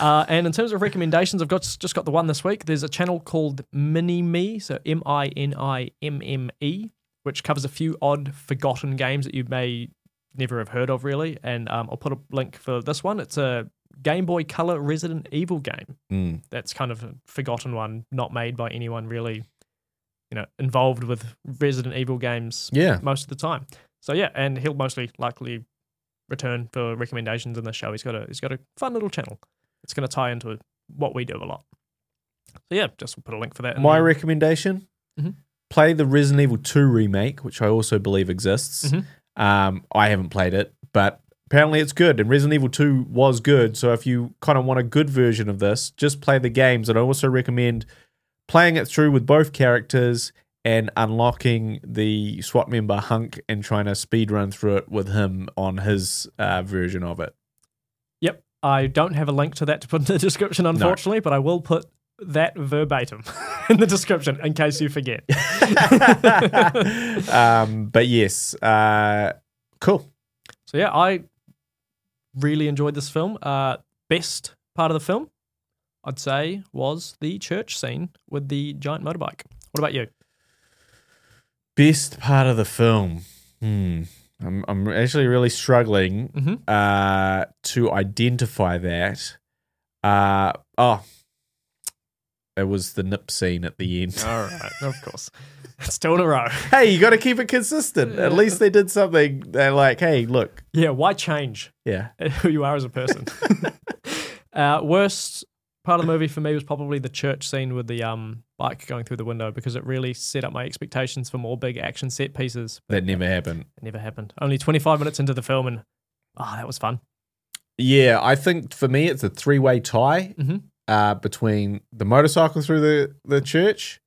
Uh, and in terms of recommendations, I've got just got the one this week. There's a channel called Mini Me, so M I N I M M E, which covers a few odd forgotten games that you may never have heard of, really. And um, I'll put a link for this one. It's a Game Boy Color Resident Evil game. Mm. that's kind of a forgotten one, not made by anyone really, you know, involved with Resident Evil games Yeah. most of the time. So yeah, and he'll mostly likely return for recommendations in the show. He's got a he's got a fun little channel. It's going to tie into what we do a lot. So yeah, just put a link for that. in My the- recommendation Mhm. play the Resident Evil 2 remake, which I also believe exists. Mhm. Um, I haven't played it, but apparently it's good. And Resident Evil 2 was good. So if you kind of want a good version of this, just play the games. And I also recommend playing it through with both characters and unlocking the SWAT member Hunk and trying to speed run through it with him on his uh, version of it. Yep, I don't have a link to that to put in the description, unfortunately, but I will put that verbatim in the description in case you forget. um, but yes, uh, cool. So yeah, I really enjoyed this film. Uh, best part of the film, I'd say, was the church scene with the giant motorbike. What about you? Best part of the film. Hmm. I'm, I'm actually really struggling Mhm. uh, to identify that. Uh, oh, it was the nip scene at the end. All right, of course. It's two in a row. hey, you got to keep it consistent. At least they did something. They're like, hey, look, Yeah, why change yeah, who you are as a person? uh, worst part of the movie for me was probably the church scene with the um, bike going through the window because it really set up my expectations for more big action set pieces. that never happened. It never happened. Only 25 minutes into the film, and ah, that was fun. Yeah, I think for me, it's a three way tie Mhm. uh, between the motorcycle through the, the church,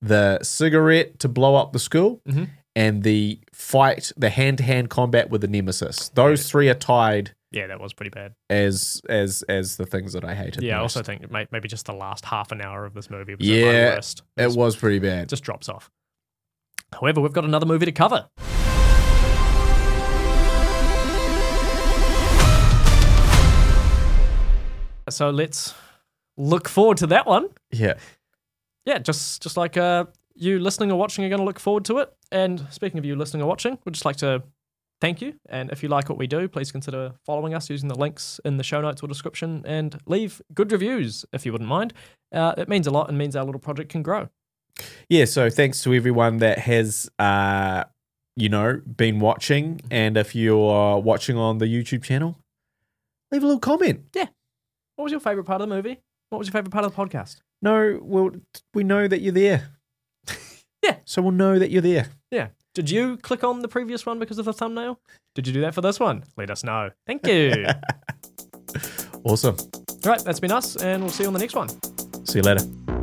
the cigarette to blow up the school, Mhm. and the fight, the hand to hand combat with the nemesis. Those three are tied Yeah, that was pretty bad. as as as the things that I hated. Yeah, I most. also think it may- maybe just the last half an hour of this movie was at my Yeah, worst. it was pretty bad. It just drops off. However, we've got another movie to cover. So let's look forward to that one. Yeah, Yeah, just just like uh, you listening or watching are going to look forward to it. And speaking of you listening or watching, we'd just like to thank you. And if you like what we do, please consider following us using the links in the show notes or description and leave good reviews if you wouldn't mind. Uh, it means a lot and means our little project can grow. yeah. So thanks to everyone that has. uh you know, been watching, Mm-hmm. and if you're watching on the YouTube channel, leave a little comment. What was your favorite part of the movie? What was your favorite part of the podcast? No, well, we know that you're there. Yeah. So we'll know that you're there. Yeah. Did you click on the previous one because of the thumbnail? Did you do that for this one? Let us know. Thank you. Awesome. All right, that's been us, and we'll see you on the next one. See you later.